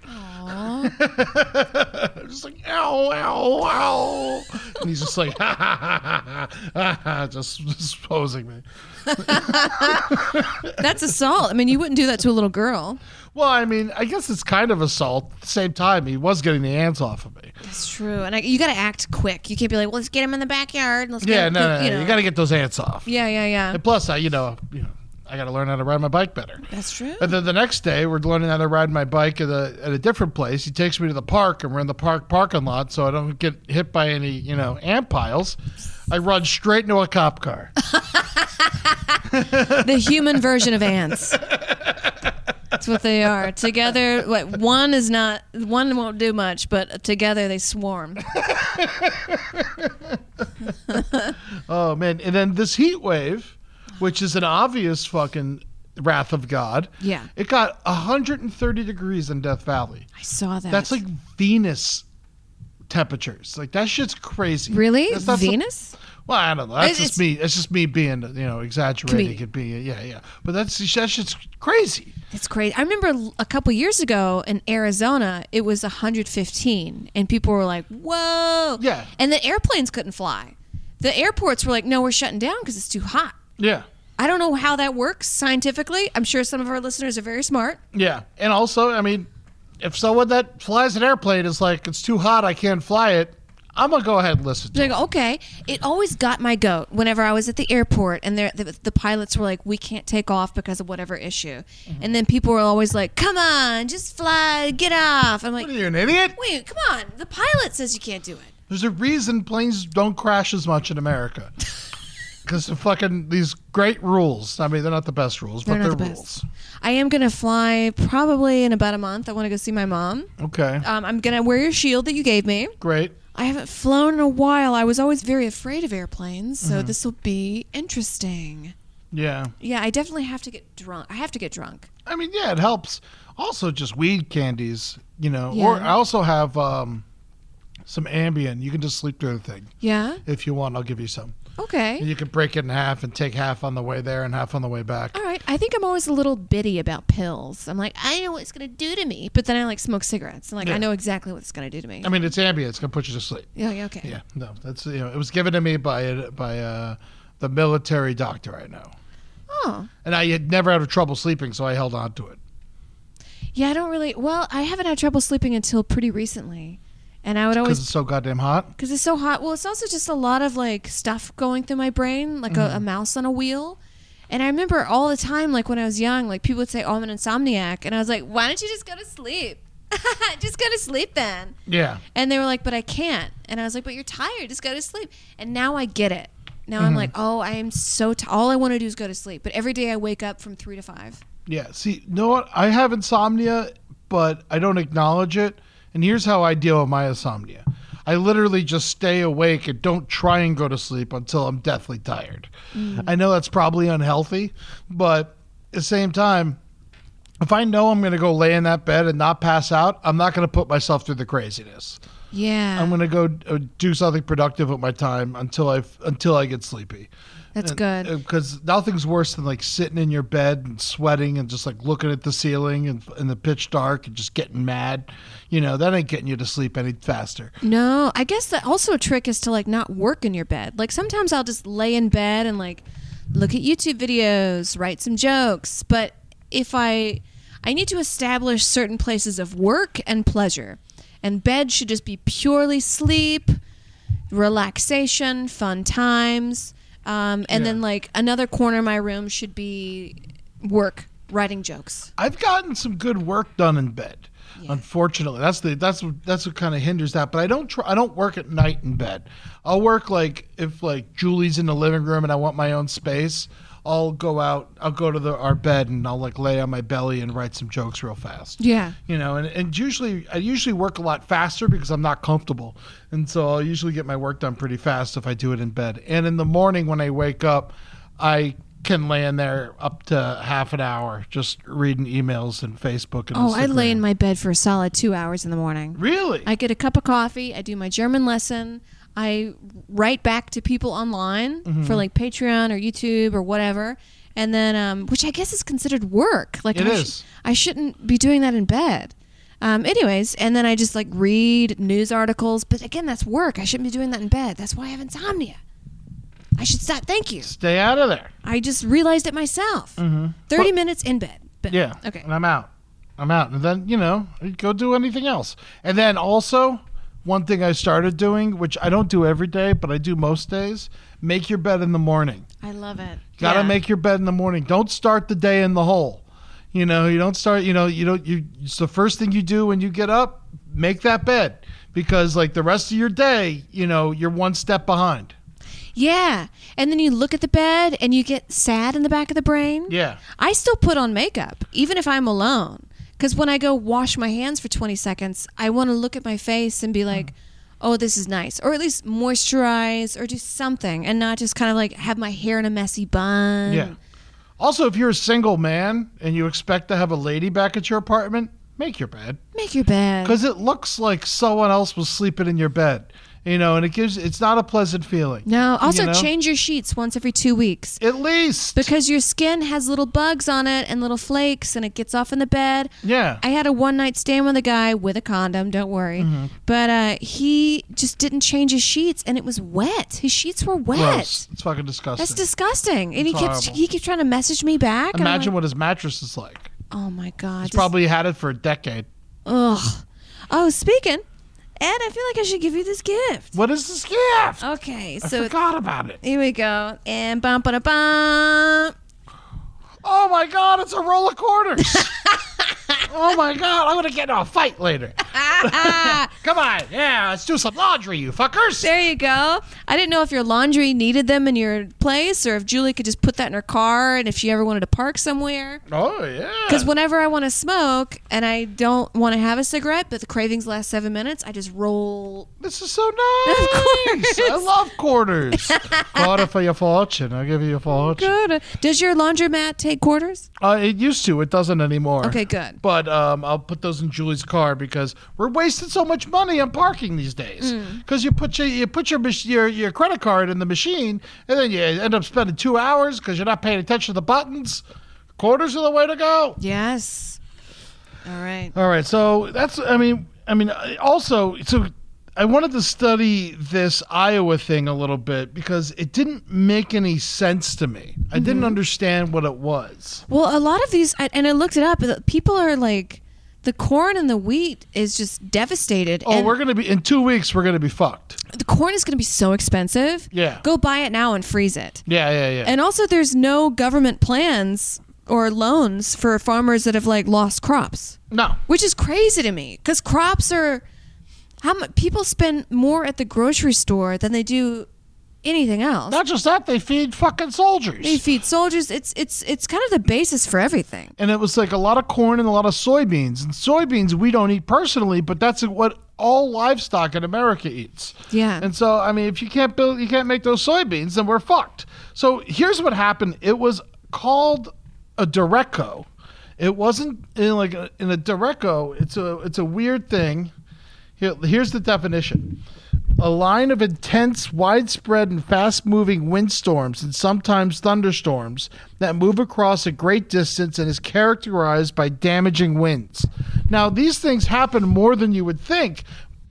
just like, ow, ow, ow. And he's just like, (laughs) ha ha ha ha ha, ha, just, just posing me.
That's assault. I mean, you wouldn't do that to a little girl.
Well, I mean, I guess it's kind of assault. At the same time, he was getting the ants off of me.
That's true. And I, you got to act quick. You can't be like, well, let's get him in the backyard. Let's
Yeah,
get him,
no, no, no.
you
You,
know.
got to get those ants off.
yeah, yeah, yeah.
And plus, I, you know, you know, I got to learn how to ride my bike better.
That's true.
And then the next day, we're learning how to ride my bike at a, at a different place. He takes me to the park, and we're in the park parking lot, so I don't get hit by any, you know, ant piles. I run straight into a cop
(laughs)
car.
the human version of ants. That's what they are. Together, what, one is not one won't do much, but together they swarm.
oh man! And then this heat wave, which is an obvious fucking wrath of God.
Yeah.
it got 130 degrees in Death Valley.
I saw that.
That's like Venus temperatures. Like that shit's crazy.
really
That's not some-
Venus.
Well, I don't know. That's
It's-
just me. That's just me being, you know, exaggerating. Could be, yeah, yeah. But that's that shit's crazy.
It's crazy. I remember l- a couple years ago in Arizona, it was 115, and people were like, "Whoa!"
Yeah.
And the airplanes couldn't fly. The airports were like, "No, we're shutting down because it's too hot."
Yeah,
I don't know how that works scientifically. I'm sure some of our listeners are very smart.
yeah. And also, I mean, if someone that flies an airplane is like, it's too hot, I can't fly it. I'm gonna go ahead and listen. To
They're like, okay. It always got my goat whenever I was at the airport, and there- the, the pilots were like, we can't take off because of whatever issue. And then people were always like, come on, just fly, get off. I'm like,
it. You're an idiot.
wait, come on. The pilot says you can't do it.
There's a reason planes don't crash as much
(laughs)
in America. Because the fucking these great rules. I mean, they're not the best rules,
They're
but
not
they're
the
rules.
best. I am going to fly probably in about a month. I want to go see my mom.
Okay,
Um, I'm going to wear your shield that you gave me.
great.
I haven't flown in a while. I was always very afraid of airplanes, so this will be interesting.
Yeah.
Yeah, I definitely have to get drunk. I have to get drunk.
I mean, yeah, it helps. Also, just weed candies, you know. Or
Yeah.
I also have um, some Ambien. You can just sleep through the thing
Yeah.
if you want. I'll give you some.
Okay.
And you can break it in half and take half on the way there and half on the way back.
All right. I think I'm always a little bitty about pills. I'm like, I know what it's gonna do to me, but then I like smoke cigarettes. and like,
Yeah.
I know exactly what it's gonna do to me.
I mean, it's Ambien. It's gonna put you to sleep.
yeah. Yeah. Okay.
Yeah. No, that's you know, it was given to me by by uh, the military doctor I know,
Oh.
and I had never had trouble sleeping, so I held on to it.
Yeah. I don't really. Well, I haven't had trouble sleeping until pretty recently, and I would
Because
always
it's so goddamn hot.
because it's so hot. Well, it's also just a lot of like stuff going through my brain, like a, a
Mm-hmm.
mouse on a wheel. And I remember all the time, like when I was young, like people would say, "Oh, I'm an insomniac," and I was like, "Why don't you just go to sleep? (laughs) just go to sleep then."
Yeah.
And they were like, but I can't. And I was like, but you're tired. Just go to sleep. And now I get it. Now I'm like, oh, I am so tired. All I want to do is go to sleep. But every day I wake up from three to five.
Yeah. See, you know what? I have insomnia, but I don't acknowledge it. And here's how I deal with my insomnia. I literally just stay awake and don't try and go to sleep until I'm deathly tired. I know that's probably unhealthy, but at the same time, if I know I'm going to go lay in that bed and not pass out, I'm not going to put myself through the craziness.
Yeah.
I'm going to go uh, do something productive with my time until I until I get sleepy
that's good.
because Uh, nothing's worse than like sitting in your bed and sweating and just like looking at the ceiling and in the pitch dark and just getting mad. You know that ain't getting you to sleep any faster.
no, I guess that also a trick is to like not work in your bed. Like sometimes I'll just lay in bed and like look at YouTube videos, write some jokes. But if I, I need to establish certain places of work and pleasure. And bed should just be purely sleep. relaxation, fun times, um, and then like another corner of my room should be work, writing jokes.
I've gotten some good work done in bed. Unfortunately, that's the that's what that's what kind of hinders that. But I don't try, I don't work at night in bed. I'll work like if like Julie's in the living room and I want my own space. I'll go out. I'll go to the, our bed and I'll like lay on my belly and write some jokes real fast.
Yeah.
you know and, and usually i usually work a lot faster because i'm not comfortable and so i'll usually get my work done pretty fast if i do it in bed and in the morning when i wake up i can lay in there up to half an hour just reading emails and facebook and
Oh, I lay
Instagram.
in my bed for a solid two hours in the morning.
really
I get a cup of coffee. I do my German lesson. I write back to people online
Mm-hmm.
for like Patreon or YouTube or whatever. And then, um, which I guess is considered work. Like
It
I
is.
I shouldn't be doing that in bed. Um, anyways, and then I just like read news articles. But again, that's work. I shouldn't be doing that in bed. That's why I have insomnia. I should stop. Thank you.
Stay out of there.
I just realized it myself. 30 minutes in bed. Boom.
Mm-hmm. Yeah.
Okay.
And I'm out. I'm out. And then, you know, go do anything else. And then also, one thing I started doing, which I don't do every day, but I do most days, make your bed in the morning.
I love it.
Gotta
Yeah.
make your bed in the morning. Don't start the day in the hole. You know, you don't start, you know, you don't, you, it's the first thing you do when you get up, make that bed because like the rest of your day, you know, you're one step behind.
Yeah. And then you look at the bed and you get sad in the back of the brain.
Yeah.
I still put on makeup, even if I'm alone. Because when I go wash my hands for 20 seconds, I want to look at my face and be
Mm.
like, oh, this is nice. Or at least moisturize or do something and not just kind of like have my hair in a messy bun.
Yeah. Also, if you're a single man and you expect to have a lady back at your apartment, make your bed.
Make your bed.
because it looks like someone else was sleeping in your bed you know and it gives it's not a pleasant feeling
No, also
you know?
change your sheets once every two weeks.
at least
Because your skin has little bugs on it and little flakes, and it gets off in the bed.
yeah
I had a one night stand with a guy with a condom, don't worry.
Mm-hmm.
But uh, he just didn't change his sheets and it was wet. His sheets were wet.
gross it's fucking disgusting
That's disgusting. And he kept
horrible.
he kept trying to message me back. and I'm
imagine
like,
what his mattress is like
Oh my god.
he's
Just-
probably had it for a decade
ugh. Oh, speaking, Ed, I feel like I should give you this gift.
what is this gift
Okay,
i
Oh, so
forgot about it
here we go. And bum ba bum.
oh my god it's a roll of
(laughs)
quarters oh my god i'm gonna get in a
(laughs)
fight later come on yeah let's do some laundry you fuckers
There you go. I didn't know if your laundry needed them in your place or if Julie could just put that in her car and if she ever wanted to park somewhere.
oh yeah
Because whenever I want to smoke and I don't want to have a cigarette, but the cravings last seven minutes, I just roll.
This is so nice.
Of course.
I love
(laughs)
quarters. Quarter for your fortune. I'll give you a fortune.
Good. Does your laundromat take quarters?
Uh, it used to. It doesn't anymore.
Okay, good.
But um, I'll put those in Julie's car because we're wasting so much money on parking these days.
Mm.
Because you put your you put your, mach- your your credit card in the machine, and then you end up spending two hours because you're not paying attention to the buttons. Quarters are the way to go.
Yes. All right.
All right, so that's I mean I mean I- also so I wanted to study this Iowa thing a little bit because it didn't make any sense to me. I
Mm-hmm.
didn't understand what it was.
Well, a lot of these, I- and I looked it up, the people are like, the corn and the wheat is just devastated.
Oh,
and
we're gonna be in two weeks. We're gonna be fucked.
the corn is going to be so expensive.
Yeah.
Go buy it now and freeze it.
Yeah, yeah, yeah.
And also, there's no government plans or loans for farmers that have like lost crops.
no,
which is crazy to me because crops are how much people spend more at the grocery store than they do anything else.
not just that. They feed fucking soldiers.
they feed soldiers. It's it's it's kind of the basis for everything.
and it was like a lot of corn and a lot of soybeans. And soybeans we don't eat personally, but that's what all livestock in America eats.
Yeah.
And so I mean, if you can't build, you can't make those soybeans, then we're fucked. So here's what happened. It was called a Direcco. It wasn't in like a, in a Direcco. It's a it's a weird thing. Here, here's the definition. A line of intense, widespread, and fast moving windstorms and sometimes thunderstorms that move across a great distance and is characterized by damaging winds. Now, these things happen more than you would think,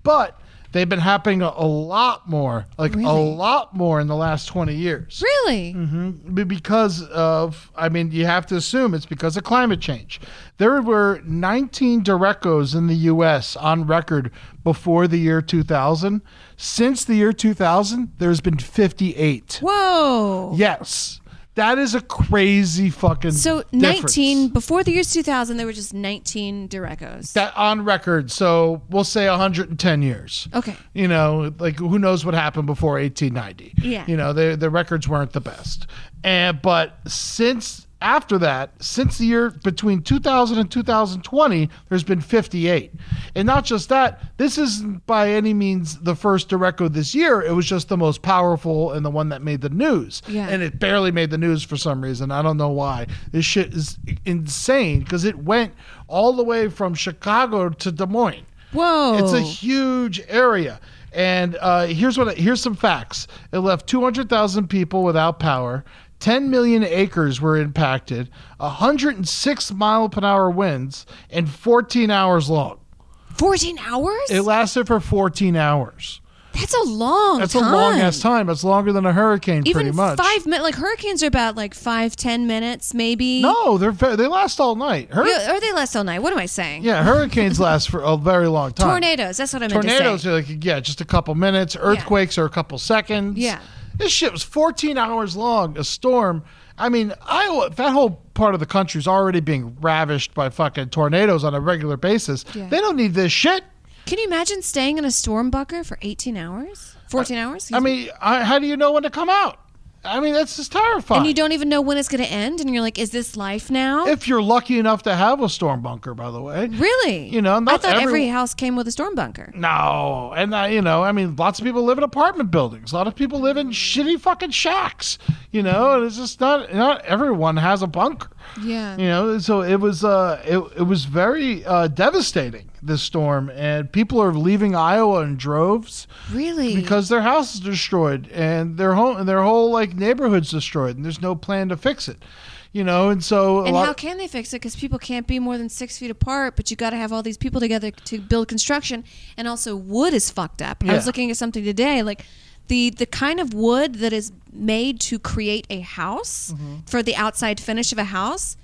but they've been happening a, a lot more, like a lot more in the last 20 years.
Really?
Mm. Be- because of i mean you have to assume it's because of climate change there were 19 direcos in the us on record before the year 2000 since the year 2000 there's been 58
Whoa.
yes that is a crazy fucking
So
difference.
19 before the year 2000 there were just 19 direcos.
that on record so we'll say 110 years
Okay.
you know like who knows what happened before 1890
Yeah.
you know the the records weren't the best and but since after that since the year between 2000 and 2020 there's been 58 and not just that this isn't by any means the first directo this year it was just the most powerful and the one that made the news
Yeah.
and it barely made the news for some reason i don't know why this shit is insane because it went all the way from chicago to des moines
Whoa.
it's a huge area. And uh, here's what here's some facts. It left 200,000 people without power. 10 million acres were impacted. 106 mile per hour winds and 14 hours long.
14 hours?
It lasted for 14 hours.
That's a long
That's
time.
a long ass time. That's longer than a hurricane,
Even
pretty much.
five minutes. Like hurricanes are about like five, ten minutes, maybe.
No, they're ve- they last all night. Hur- yeah.
Yeah, or they last all night. What am I saying?
hurricanes last for a very long time.
Tornadoes. That's what I meant
Tornadoes
to say.
are like yeah, just a couple minutes. Earthquakes are a couple seconds.
Yeah.
This shit was 14 hours long. A storm. I mean, Iowa. That whole part of the country is already being ravished by fucking tornadoes on a regular basis.
Yeah.
They don't need this shit.
Can you imagine staying in a storm bunker for 18 hours? 14 hours?
I mean, I, how do you know when to come out? I mean, that's just terrifying.
and you don't even know when it's going to end. And you're like, is this life now?
if you're lucky enough to have a storm bunker, by the way.
really?
You know, not
I thought
every-
every house came with a storm bunker.
No, and I, you know, I mean, lots of people live in apartment buildings. A lot of people live in shitty fucking shacks. You know, and it's just not not everyone has a bunker.
Yeah.
You know, so it was uh, it it was very uh, devastating this storm, and people are leaving Iowa in droves
Really?
because their house is destroyed and their home and their whole like neighborhood's destroyed, and there's no plan to fix it. You know, and so a
and
lot.
how can they fix it? Because people can't be more than six feet apart, but you got to have all these people together to build construction. And also, wood is fucked up. I was
Yeah.
looking at something today, like the the kind of wood that is made to create a house
Mm-hmm.
for the outside finish of a house.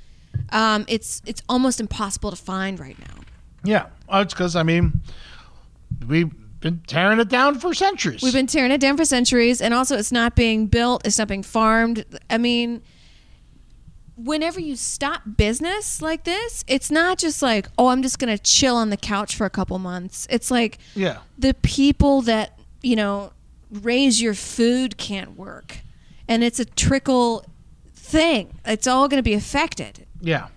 Um, it's it's almost impossible to find right now.
Yeah, uh, it's because I mean, we've been tearing it down for centuries.
We've been tearing it down for centuries, and also it's not being built, it's not being farmed. I mean, whenever you stop business like this, it's not just like, oh, I'm just going to chill on the couch for a couple months. It's like
yeah,
the people that, you know, raise your food can't work, and it's a trickle thing. It's all going to be affected.
yeah.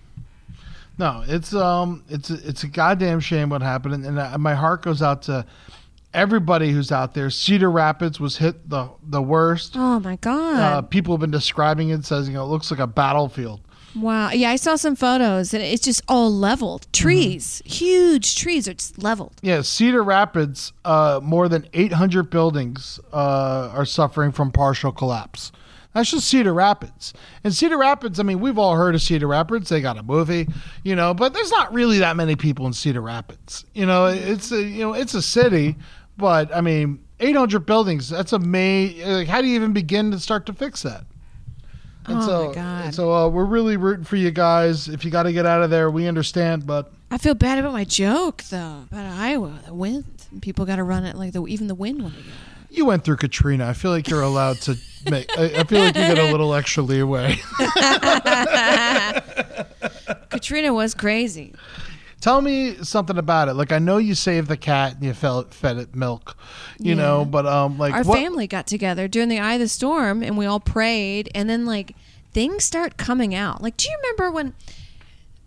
No, it's um, it's it's a goddamn shame what happened, and, and I, my heart goes out to everybody who's out there. Cedar Rapids was hit the the worst.
Oh, my
Uh,
God.
people have been describing it, says you know, it looks like a battlefield.
wow. Yeah, I saw some photos, and it's just all leveled. Trees, huge trees are just leveled.
Yeah, Cedar Rapids, uh, more than 800 buildings uh, are suffering from partial collapse. That's just Cedar Rapids. And Cedar Rapids, I mean, we've all heard of Cedar Rapids. They got a movie, you know, but there's not really that many people in Cedar Rapids. You know, it's a, you know, it's a city, but I mean, 800 buildings, that's a may like, how do you even begin to start to fix that? And
Oh,
so,
my God.
and so uh, we're really rooting for you guys. If you got to get out of there, we understand, but
I feel bad about my joke though about Iowa, the wind. People got to run it like the even the wind wanted to
You went through Katrina. I feel like you're allowed to make. I, I feel like you get a little extra leeway. (laughs)
go. Katrina was crazy.
Tell me something about it. Like I know you saved the cat and you felt, fed it milk, you know. But um, like
Our
what-
family got together during the eye of the storm, and we all prayed. And then like things start coming out. Like, do you remember when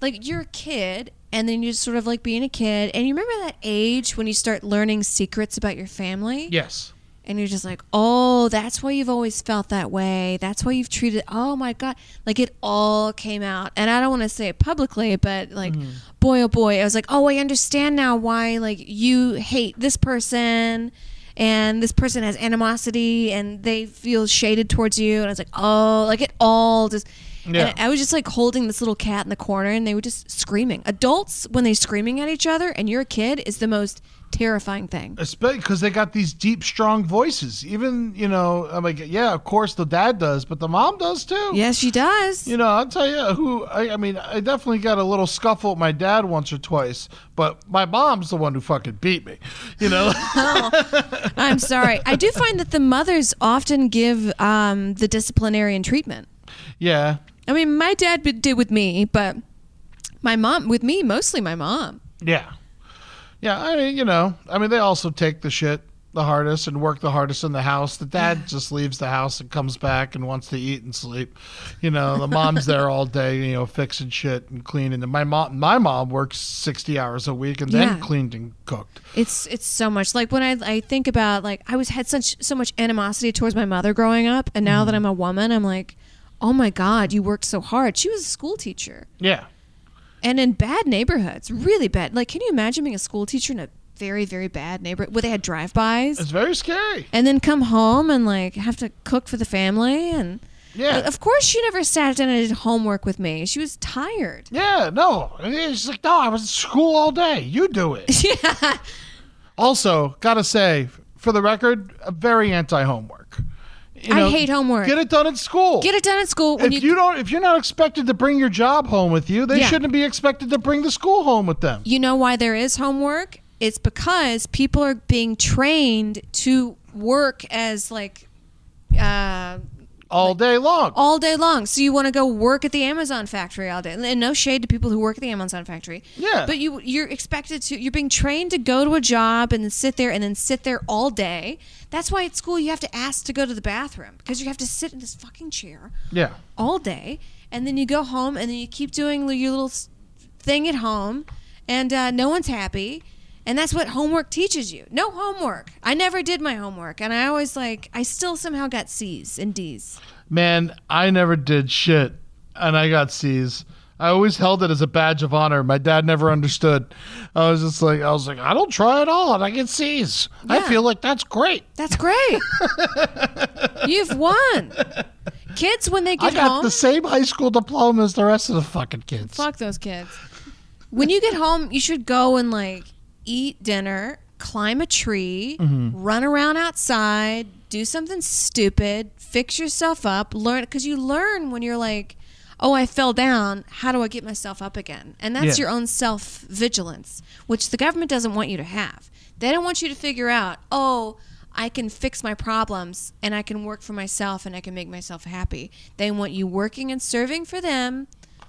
like you're a kid? And then you're sort of like being a kid, and you remember that age when you start learning secrets about your family?
Yes.
and you're just like, oh, that's why you've always felt that way. That's why you've treated. Oh my god, like it all came out, and I don't want to say it publicly, but like, boy, oh boy, I was like, oh, I understand now why like you hate this person, and this person has animosity, and they feel shaded towards you, and I was like, oh, like it all just.
Yeah.
And I was just like holding this little cat in the corner, and they were just screaming. Adults, when they're screaming at each other, and you're a kid, is the most terrifying thing.
Especially because they got these deep, strong voices. Even you know, I'm like, yeah, of course the dad does, but the mom does too.
Yes, she does.
You know, I'll tell you who. I, I mean, I definitely got a little scuffle with my dad once or twice, but my mom's the one who fucking beat me. You know. (laughs)
I'm sorry. I do find that the mothers often give um, the disciplinarian treatment.
yeah.
I mean, my dad would- did with me, but my mom with me mostly my mom.
Yeah. Yeah, I mean, you know, I mean, they also take the shit the hardest and work the hardest in the house. The dad just leaves the house and comes back and wants to eat and sleep. You know, the mom's there all day, you know, fixing shit and cleaning. And my mom, my mom works sixty hours a week and then
Yeah.
cleaned and cooked.
It's it's so much like when I, I think about like I was had such so much animosity towards my mother growing up, and now that I'm a woman, I'm like, oh my god, you worked so hard. She was a school teacher
Yeah,
and in bad neighborhoods, really bad. Like, can you imagine being a school teacher in a very very bad neighborhood where they had drive bys?
it's very scary.
and then come home and like have to cook for the family and
Yeah.
Like, of course, she never sat down and did homework with me. She was tired.
Yeah, no. And She's like, no, I was at school all day. You
(laughs)
do it. yeah. Also, gotta say, for the record, I'm very anti-homework. You
I hate homework.
Get it done at school.
Get it done at school when
If you, don't, if you're not expected to bring your job home with you, they
Yeah.
shouldn't be expected to bring the school home with them.
you know why there is homework? It's because people are being trained to work as like uh,
All day long.
all day long. So you want to go work at the Amazon factory all day. And no shade to people who work at the Amazon factory.
Yeah.
But you you're expected to you're being trained to go to a job and then sit there and then sit there all day. That's why at school you have to ask to go to the bathroom because you have to sit in this fucking chair
yeah.
all day, and then you go home, and then you keep doing your little s- thing at home, and uh, no one's happy. And that's what homework teaches you. No homework. I never did my homework, and I always like I still somehow got C's and D's.
Man, I never did shit, and I got C's. I always held it as a badge of honor. My dad never understood. I was just like, I was like, I don't try at all, and I get C's. I
Yeah.
feel like that's great.
That's
(laughs)
great. You've won. Kids, when they
I
get
got
home,
the same high school diploma as the rest of the fucking kids.
Fuck those kids.
when you get home, you should go and like eat dinner, climb a tree,
Mm-hmm.
run around outside, do something stupid, fix yourself up, learn because you learn when you're like, oh, I fell down. How do I get myself up again? And that's
Yeah.
your own self vigilance, which the government doesn't want you to have. They don't want you to figure out, oh, I can fix my problems and I can work for myself and I can make myself happy. They want you working and serving for them.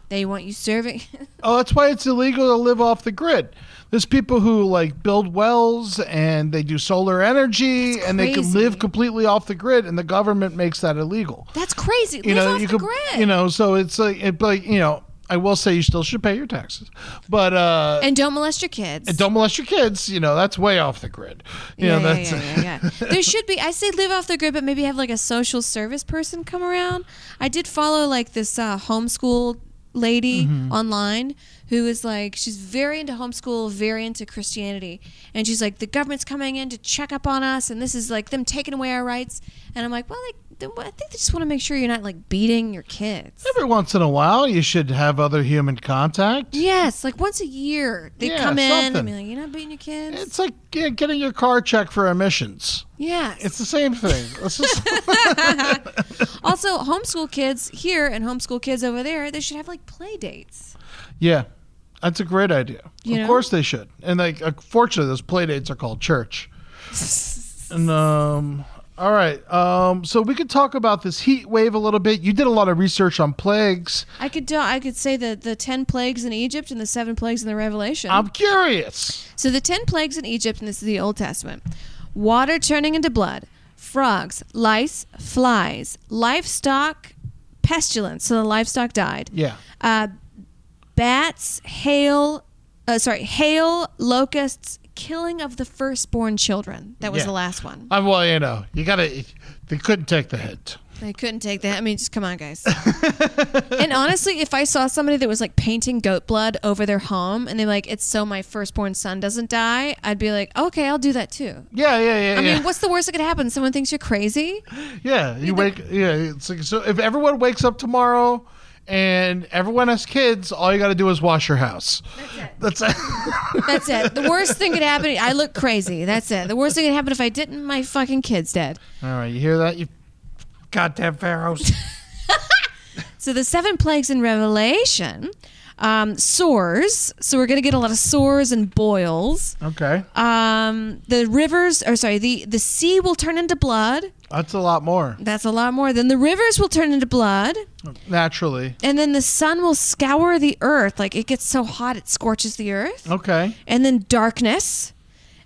They want you serving. (laughs)
Oh, that's why it's illegal to live off the grid. There's people who like build wells and they do solar energy and they can
crazy.
live completely off the grid, and the government makes that illegal.
That's crazy.
you
Live
know,
off
you
the
could,
grid.
you know, so it's like, it, but you know, I will say you still should pay your taxes, but uh,
and don't molest your kids.
don't molest your kids. You know, that's way off the grid. You
yeah,
know,
yeah,
that's
yeah, yeah, yeah. There should be. I say live off the grid, but maybe have like a social service person come around. I did follow like this uh, homeschool lady
Mm-hmm.
online who is like she's very into homeschool, very into Christianity, and she's like the government's coming in to check up on us, and this is like them taking away our rights. And I'm like, well, like, th- I think they just want to make sure you're not like beating your kids.
(laughs) every once in a while you should have other human contact.
Yes, like once a year they
Yeah,
come in and
something.
be like, "You're not beating your kids."
It's like yeah, getting your car checked for emissions.
yes,
It's the same thing. It's just-
Also, homeschool kids here and homeschool kids over there, they should have like play dates.
yeah, that's a great idea.
You
of
know?
course they should. And like, uh, fortunately, those play dates are called
(laughs)
church. and um, all right. Um, so we could talk about this heat wave a little bit. You did a lot of research on plagues.
I could do, I could say the the ten plagues in Egypt and the seven plagues in the Revelation.
I'm curious.
so the ten plagues in Egypt, and this is the Old Testament: water turning into blood, frogs, lice, flies, livestock, pestilence. So the livestock died.
Yeah.
Uh, bats, hail, uh, sorry, hail, locusts, killing of the firstborn children. That was
Yeah.
the last one.
I'm well, you know, you gotta. They couldn't take the hint.
I couldn't take that. I mean, just come on,
(laughs)
guys. and honestly, if I saw somebody that was like painting goat blood over their home and they like, it's so my firstborn son doesn't die, I'd be like, okay, I'll do that too.
Yeah, yeah, yeah.
I
yeah.
mean, what's the worst that could happen? Someone thinks you're crazy?
Yeah, you wake. Yeah, it's like so. If everyone wakes up tomorrow and everyone has kids, all you got to do is wash your house. That's it.
That's it. The worst thing could happen, I look crazy. That's it. The worst thing could happen if I didn't, my fucking kid's dead.
all right, you hear that? You goddamn pharaohs.
So the seven plagues in Revelation, um, sores. So we're going to get a lot of sores and boils.
okay,
Um, the rivers, or sorry, the, the sea will turn into blood.
that's a lot more
That's a lot more. Then the rivers will turn into blood,
naturally.
and then the sun will scour the earth. Like it gets so hot, it scorches the earth.
Okay.
And then darkness,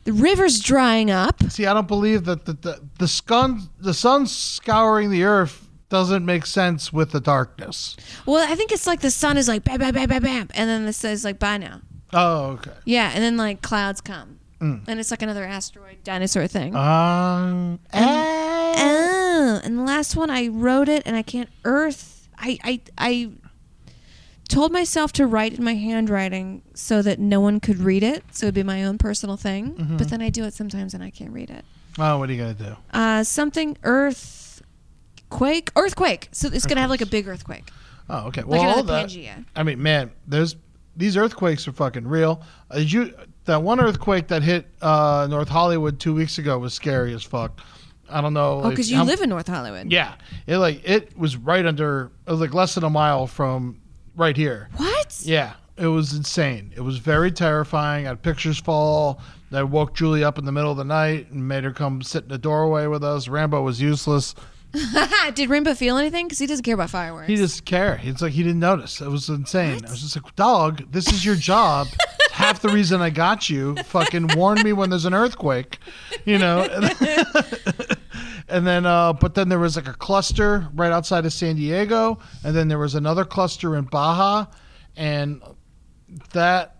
the rivers drying up.
See, I don't believe that the the, the sun the sun scouring the earth doesn't make sense with the darkness.
Well, I think it's like the sun is like bam, bam, bam, bam, bam, and then this says like bye now.
Oh, okay.
Yeah, and then like clouds come, and it's like another asteroid dinosaur thing.
Um. eh.
Oh, and the last one I wrote it, and I can't Earth. I I I told myself to write in my handwriting so that no one could read it, so it'd be my own personal thing.
Mm-hmm.
But then I do it sometimes, and I can't read it.
Oh, what are you gonna do?
Uh, something Earth quake, earthquake. So it's gonna have like a big earthquake.
Oh, okay. Well,
another
all that.
Pangea.
I mean, man, there's these earthquakes are fucking real. Uh, did you that one earthquake that hit uh, North Hollywood two weeks ago was scary as fuck. I don't know.
Oh, because you live in North Hollywood.
Yeah, it like it was right under. It was like less than a mile from right here.
What?
Yeah, it was insane. It was very terrifying. I had pictures fall. I woke Julie up in the middle of the night and made her come sit in the doorway with us. Rambo was useless.
(laughs) Did Rainbow feel anything? Because he doesn't care about fireworks.
He doesn't care. It's like he didn't notice. It was insane. I was just like, dog, this is your job. It's Half the reason I got you. Fucking warn me when there's an earthquake, you know. (laughs) and then, uh, but then there was like a cluster right outside of San Diego, and then there was another cluster in Baja, and that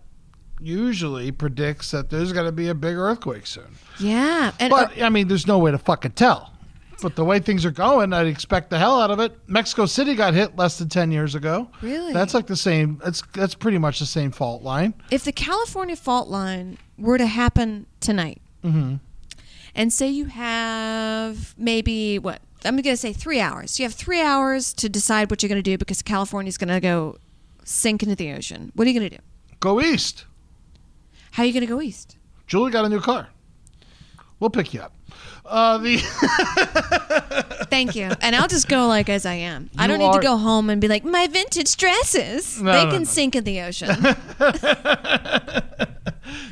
usually predicts that there's going to be a big earthquake soon.
yeah, and uh,
But I mean, there's no way to fucking tell. But the way things are going, I'd expect the hell out of it. Mexico City got hit less than ten years ago.
Really?
That's like the same. That's that's pretty much the same fault line.
if the California fault line were to happen tonight,
Mm-hmm.
and say you have maybe what I'm going to say three hours. You have three hours to decide what you're going to do because California's going to go sink into the ocean. What are you going to do?
Go east.
How are you going to go east?
Julie got a new car. We'll pick you up. Uh, the
Thank you. And I'll just go like as I am. I
You
don't need to
are-
go home and be like, my vintage dresses.
No,
they
no,
can
no.
sink in the ocean.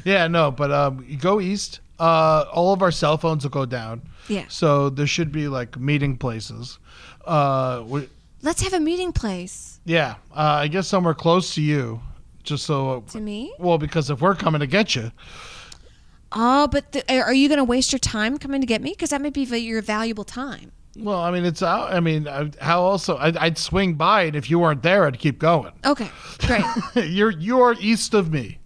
(laughs) yeah, no, but um, you go east. Uh, all of our cell phones will go down.
Yeah.
So there should be like meeting places. Uh, we,
Let's have a meeting place.
yeah, uh, I guess somewhere close to you, just so
To me?
Well, because if we're coming to get you,
Oh, but the, are you going to waste your time coming to get me? Because that may be va- your valuable time.
well, I mean, it's out. I mean, I, how also? I'd, I'd swing by, and if you weren't there, I'd keep going. (laughs)
Okay, great.
you're you're east of me,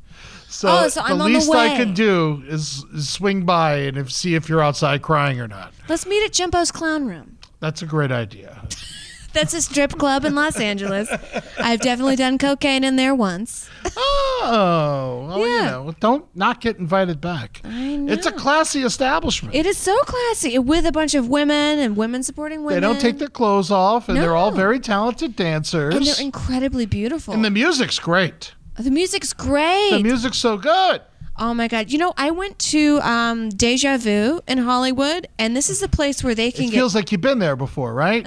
so,
Oh, so I'm
the
on the
least I
way.
could do is, is swing by and if, see if you're outside crying or not.
Let's meet at Jumbo's Clown Room.
That's a
(laughs)
great idea.
That's a strip club in Los Angeles. I've definitely done cocaine in there once.
Oh, well, you
Yeah.
know, don't not get invited back.
I know.
It's a classy establishment.
It is so classy with a bunch of women and women supporting
they
women.
don't take their clothes off, and they're all
No.
very talented dancers.
And they're incredibly beautiful.
and the music's great.
the music's great.
The music's so good.
Oh my god! You know, I went to um, Deja Vu in Hollywood, and this is the place where they can
It
get.
feels like you've been there before,
(laughs) (laughs)
right?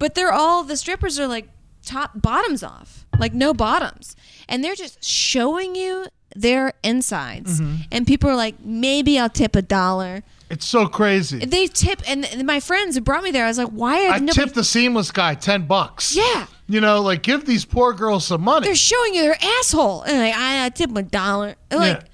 but they're all the strippers are like top bottoms off, like no bottoms, and they're just showing you their insides,
Mm-hmm.
and people are like, maybe I'll tip a dollar.
It's so crazy.
They tip, and th- my friends who brought me there, I was like, why
I
are nobody?
tipped the seamless guy ten bucks.
Yeah.
You know, like give these poor girls some money.
they're showing you their asshole, and like, I, I tip 'em a dollar, And, like.
Yeah.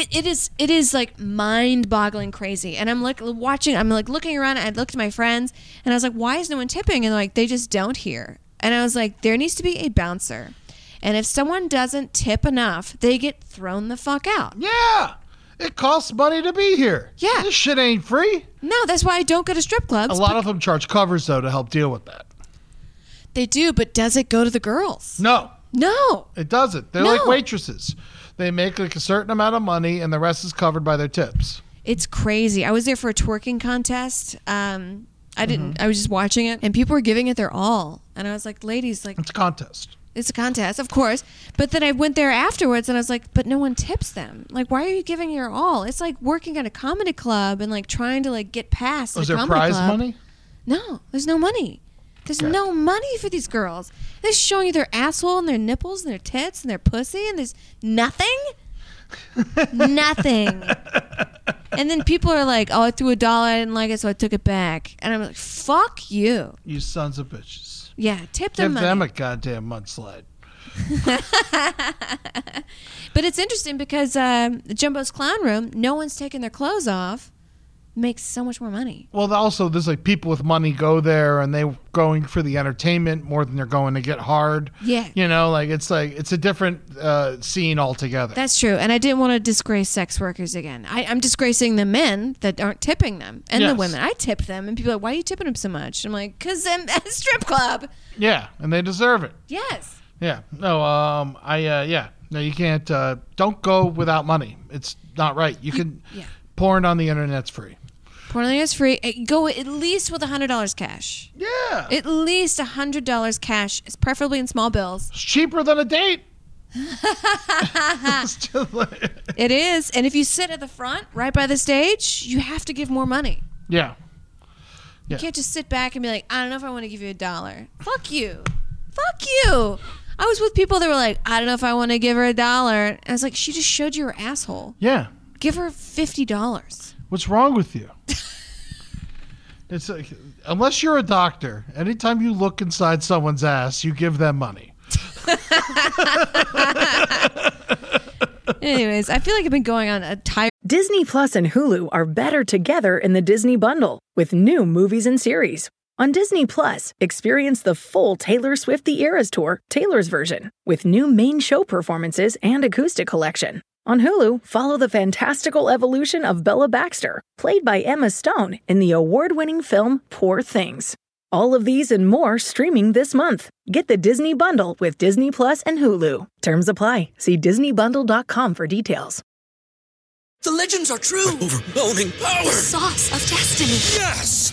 It, it is it is like mind boggling crazy, and I'm like watching. I'm like looking around. I looked at my friends, and I was like, "Why is no one tipping?" And like they just don't here. And I was like, "There needs to be a bouncer, and if someone doesn't tip enough, they get thrown the fuck out."
yeah. It costs money to be here.
Yeah.
This shit ain't free.
No, that's why I don't go to strip clubs.
A lot of them charge covers though to help deal with that.
they do, but does it go to the girls?
No,
No,
it doesn't. They're
No.
like waitresses. They make like a certain amount of money and the rest is covered by their tips.
It's crazy. I was there for a twerking contest. Um, I didn't. I was just watching it, and people were giving it their all. And I was like, "Ladies, (laughs) like
It's a contest.
it's a contest, of course." But then I went there afterwards, and I was like, "But no one tips them. Like, why are you giving your all? It's like working at a comedy club and like trying to like get past."
Was
the
there
comedy
prize
club.
money?
No, there's no money. There's no money for these girls. They're showing you their asshole and their nipples and their tits and their pussy, and there's
(laughs)
nothing. nothing. And then people are like, "Oh, I threw a dollar. I didn't like it, so I took it back." And I'm like, "Fuck you."
You sons of bitches.
Yeah, tip them
Give
money.
them a goddamn mudslide.
but it's interesting because um, Jumbo's Clown Room, no one's taking their clothes off, makes so much more money.
Well, also there's like people with money go there and they going for the entertainment more than they're going to get hard.
Yeah.
you know, like it's like it's a different uh, scene altogether.
That's true. And I didn't want to disgrace sex workers again. I, I'm disgracing the men that aren't tipping them and
Yes.
the women. I tipped them, and people are like, why are you tipping them so much? I'm like, because I'm at a strip club.
yeah, and they deserve it.
Yes.
Yeah, no, um, I uh, yeah, no, you can't. Uh, don't go without money. It's not right. You, can
yeah.
porn on the internet's free.
Portland is free. Uh, Go at least with hundred dollars cash.
Yeah.
At least hundred dollars cash, It's preferably in small bills.
It's cheaper than a date. (laughs) It's just like-
It is, and if you sit at the front, right by the stage, you have to give more money.
yeah.
You can't just sit back and be like, I don't know if I want to give you a dollar. Fuck you. Fuck you. I was with people that were like, I don't know if I want to give her a dollar. I was like, she just showed you her asshole.
Yeah.
Give her fifty
(laughs)
dollars.
What's wrong with you? it's like, unless you're a doctor, anytime you look inside someone's ass, you give them money.
Anyways, I feel like I've been going on a tire.
Disney Plus and Hulu are better together in the Disney Bundle with new movies and series. On Disney Plus, experience the full Taylor Swift The Eras Tour, Taylor's version, with new main show performances and acoustic collection. On Hulu, follow the fantastical evolution of Bella Baxter, played by Emma Stone in the award winning film Poor Things. All of these and more streaming this month. Get the Disney Bundle with Disney Plus and Hulu. Terms apply. See DisneyBundle.com for details.
The legends are true.
Overwhelming power!
Sauce of destiny.
Yes!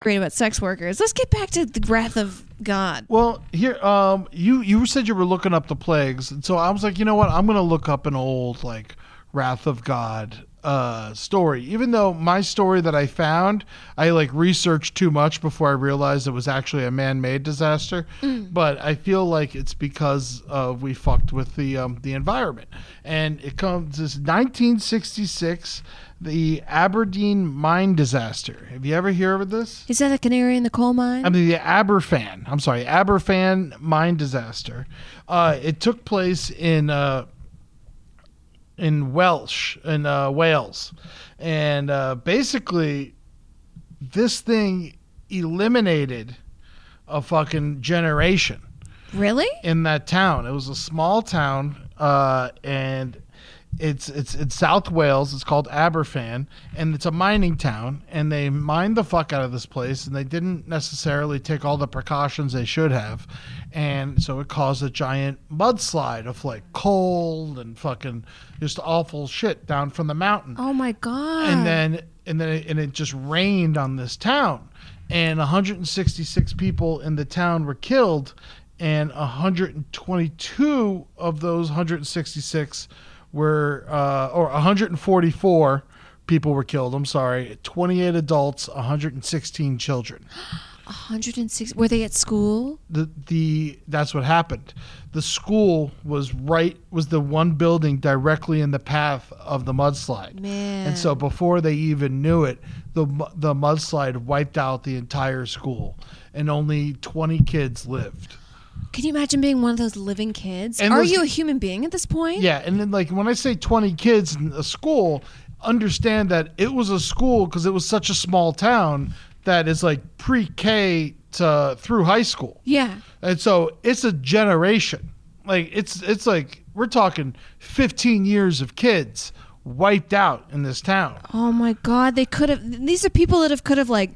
Great about sex workers. Let's get back to the wrath of God.
Well, here, um, you you said you were looking up the plagues, and so I was like, you know what? I'm gonna look up an old like Wrath of God uh story. Even though my story that I found, I like researched too much before I realized it was actually a man-made disaster. But I feel like it's because uh, we fucked with the um, the environment, and it comes this 1966, the Aberdeen mine disaster. Have you ever heard of this?
Is that a canary in the coal mine?
I mean, the Aberfan. I'm sorry, Aberfan mine disaster. Uh, it took place in uh, in Welsh in uh, Wales, and uh, basically, this thing eliminated a fucking generation
really?
in that town. It was a small town, uh, and it's it's it's South Wales. It's called Aberfan, and it's a mining town. And they mined the fuck out of this place, and they didn't necessarily take all the precautions they should have, and so it caused a giant mudslide of like coal and fucking just awful shit down from the mountain
Oh my god.
and then and then it, and it just rained on this town and 166 people in the town were killed and 122 of those 166 were uh, or 144 people were killed i'm sorry 28 adults 116 children
106. Were they at school?
the the that's what happened. The school was right was the one building directly in the path of the mudslide.
Man.
And so before they even knew it, the mu- the mudslide wiped out the entire school and only 20 kids lived.
Can you imagine being one of those living kids?
And
Are
those-
you a human being at this point?
Yeah, and then like when I say 20 kids in a school, understand that it was a school because it was such a small town that is like pre-K to through high school.
Yeah.
And so it's a generation. Like it's it's like we're talking 15 years of kids wiped out in this town.
Oh my god, they could have these are people that have could have like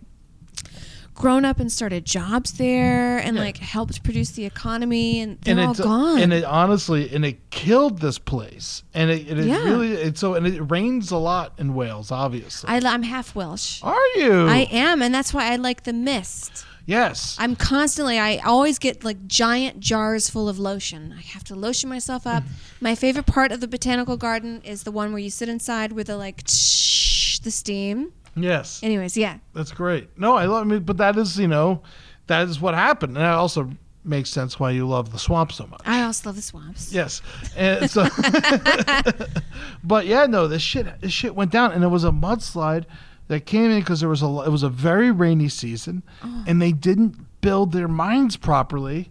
grown up and started jobs there and like helped produce the economy and they're all
it's-
gone.
And it honestly, and it killed this place. And it, and it
Yeah.
really, it's so, and it rains a lot in Wales, obviously.
I, I'm half Welsh.
Are you?
I am, and that's why I like the mist.
yes.
I'm constantly, I always get like giant jars full of lotion. I have to lotion myself up.
Mm.
My favorite part of the botanical garden is the one where you sit inside with the like, the steam.
yes.
Anyways, yeah.
That's great. No, I love I mean, but that is, you know, that is what happened. And that also makes sense why you love the swamp so much.
I also love the swamps.
Yes. And so, (laughs) but yeah, no, this shit, this shit went down, and it was a mudslide that came in because there was a, it was a very rainy season, and they didn't build their mines properly,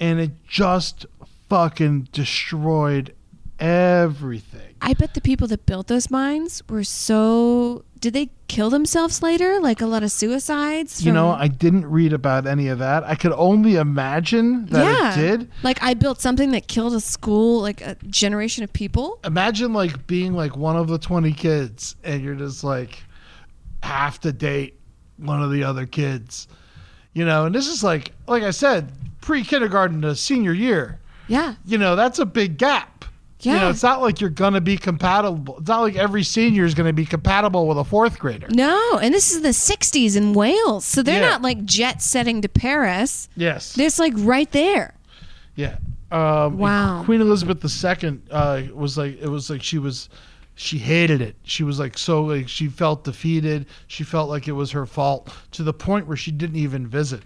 and it just fucking destroyed everything.
I bet the people that built those mines were so. Did they kill themselves later? Like a lot of suicides?
You know,
from-
I didn't read about any of that. I could only imagine that it did.
Like I built something that killed a school, like a generation of people.
Imagine like being like one of the 20 kids and you're just like have to date one of the other kids. You know, and this is like like I said, pre-kindergarten to senior year.
Yeah.
You know, that's a big gap. You know,
Yeah.
it's not like you're going to be compatible. It's not like every senior is going to be compatible with a fourth grader.
No, and this is the '60s in Wales, so they're
Yeah.
not like jet setting to Paris.
Yes.
They're just like right there.
Yeah. Um,
Wow.
Queen Elizabeth II uh, was like it was like she was she hated it. She was like so like she felt defeated. She felt like it was her fault to the point where she didn't even visit.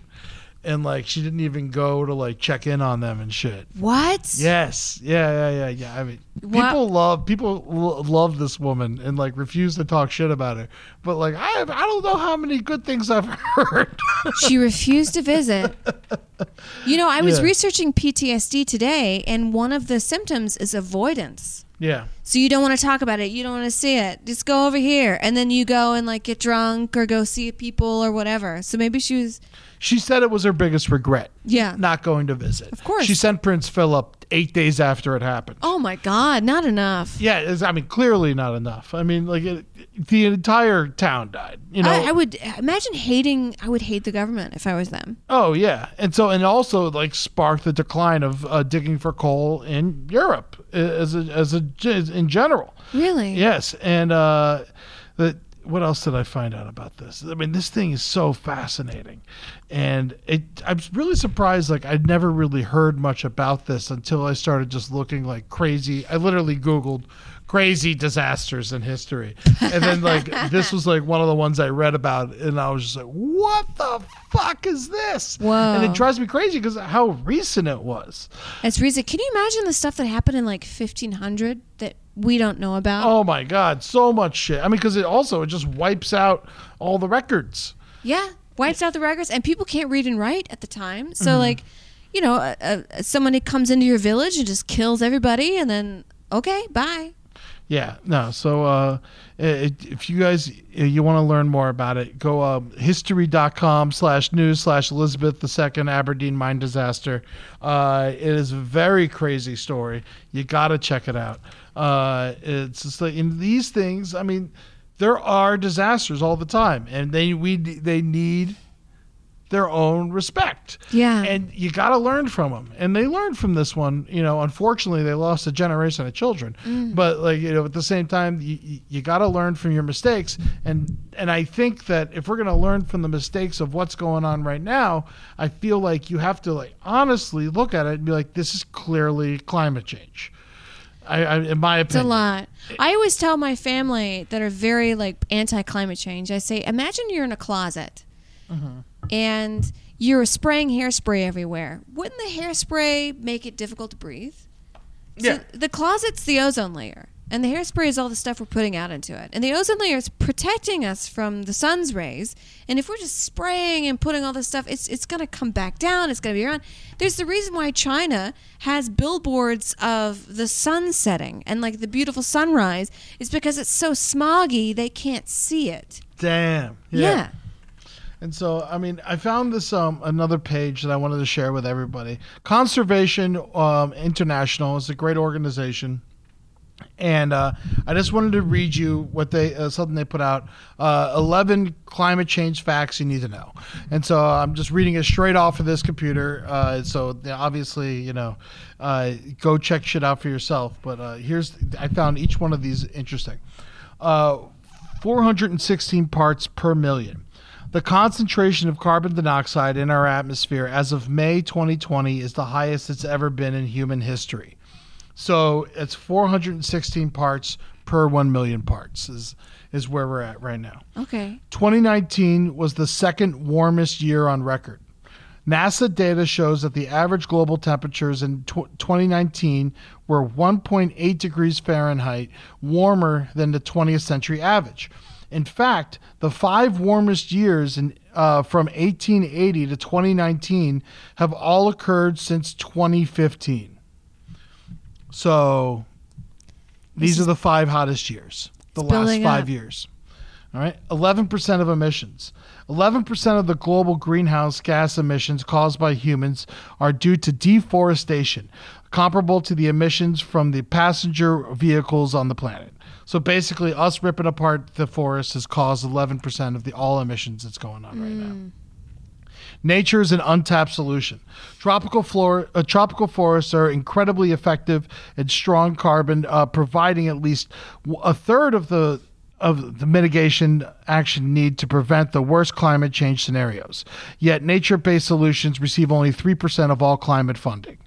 And like she didn't even go to like check in on them and shit.
What?
Yes, yeah, yeah, yeah, yeah. I mean,
Wow.
people love people lo- love this woman and like refuse to talk shit about her. But like I I don't know how many good things I've (laughs) heard.
She refused to
(laughs)
visit. You know, I was
Yeah.
researching PTSD today, and one of the symptoms is avoidance.
yeah,
So you don't want to talk about it. You don't want to see it. Just go over here, and then you go and like get drunk or go see people or whatever. So maybe she was.
she said it was her biggest regret.
Yeah.
not going to visit. Of
course.
She sent Prince Philip eight days after it happened.
Oh my God, not enough.
Yeah, it's, I mean, clearly not enough. I mean, like, it, the entire town died, you know?
I, I would imagine hating. I would hate the government if I was them.
oh, yeah. And so, and also, like, sparked the decline of uh, digging for coal in Europe uh, as a, as a, as in general.
Really?
Yes. And, uh, the, what else did I find out about this? I mean, this thing is so fascinating, and it. I'm really surprised. Like I'd never really heard much about this until I started just looking like crazy. I literally Googled crazy disasters in history, and then like this was like one of the ones I read about, and I was just like, what the fuck is this?
Whoa.
And it drives me crazy because how recent it was.
As Riza, can you imagine the stuff that happened in like 1500 that we don't know about?
Oh my god, so much shit. I mean, because it also it just wipes out all the records.
Yeah, wipes out the records, and people can't read and write at the time.
Mm-hmm.
So like, you know, uh, uh, someone who comes into your village and just kills everybody, and then okay, bye.
Yeah, no. So uh, it, if you guys uh, you want to learn more about it, go um, history.com slash news slash Elizabeth II Aberdeen mine disaster. Uh, it is a very crazy story. You got to check it out. Uh, it's just like in these things. I mean, there are disasters all the time, and they we they need their own respect.
Yeah.
And you got to learn from them. And they learned from this one. You know, unfortunately, they lost a generation of children.
Mm.
But like, you know, at the same time, you, you, you got to learn from your mistakes. And and I think that if we're going to learn from the mistakes of what's going on right now, I feel like you have to like honestly look at it and be like, this is clearly climate change. I, I in my
It's a
opinion,
lot. I always tell my family that are very like anti climate change. I say, imagine you're in a closet, and you're spraying hairspray everywhere. Wouldn't the hairspray make it difficult to breathe?
Yeah.
So the closet's the ozone layer, and the hairspray is all the stuff we're putting out into it. And the ozone layer is protecting us from the sun's rays. And if we're just spraying and putting all this stuff, it's it's gonna come back down. It's gonna be around. There's the reason why China has billboards of the sun setting and like the beautiful sunrise is because it's so smoggy they can't see it.
Damn.
Yeah.
And so, I mean, I found this um, another page that I wanted to share with everybody. Conservation um, International is a great organization, and uh, I just wanted to read you what they uh, something they put out: uh, eleven climate change facts you need to know. And so, I'm just reading it straight off of this computer. Uh, so, yeah, obviously, you know, uh, go check shit out for yourself. But uh, here's I found each one of these interesting. Uh, 416 parts per million. The concentration of carbon dioxide in our atmosphere as of May 2020 is the highest it's ever been in human history. So it's 416 parts per 1 million parts is is where we're at right now.
Okay.
2019 was the second warmest year on record. NASA data shows that the average global temperatures in tw- 2019 were 1.8 degrees Fahrenheit warmer than the 20th century average. In fact, the five warmest years in, uh, from 1880 to 2019 have all occurred since 2015. So These are the five hottest years, the last
building
five
up.
years. All right, 11% of emissions. 11% of the global greenhouse gas emissions caused by humans are due to deforestation, comparable to the emissions from the passenger vehicles on the planet. So basically, us ripping apart the forest has caused 11% of the all emissions that's going on right now. Nature is an untapped solution. Tropical flora, uh, tropical forests are incredibly effective and strong carbon, uh, providing at least w- a third of the of the mitigation action need to prevent the worst climate change scenarios. Yet, nature-based solutions receive only three percent of all climate funding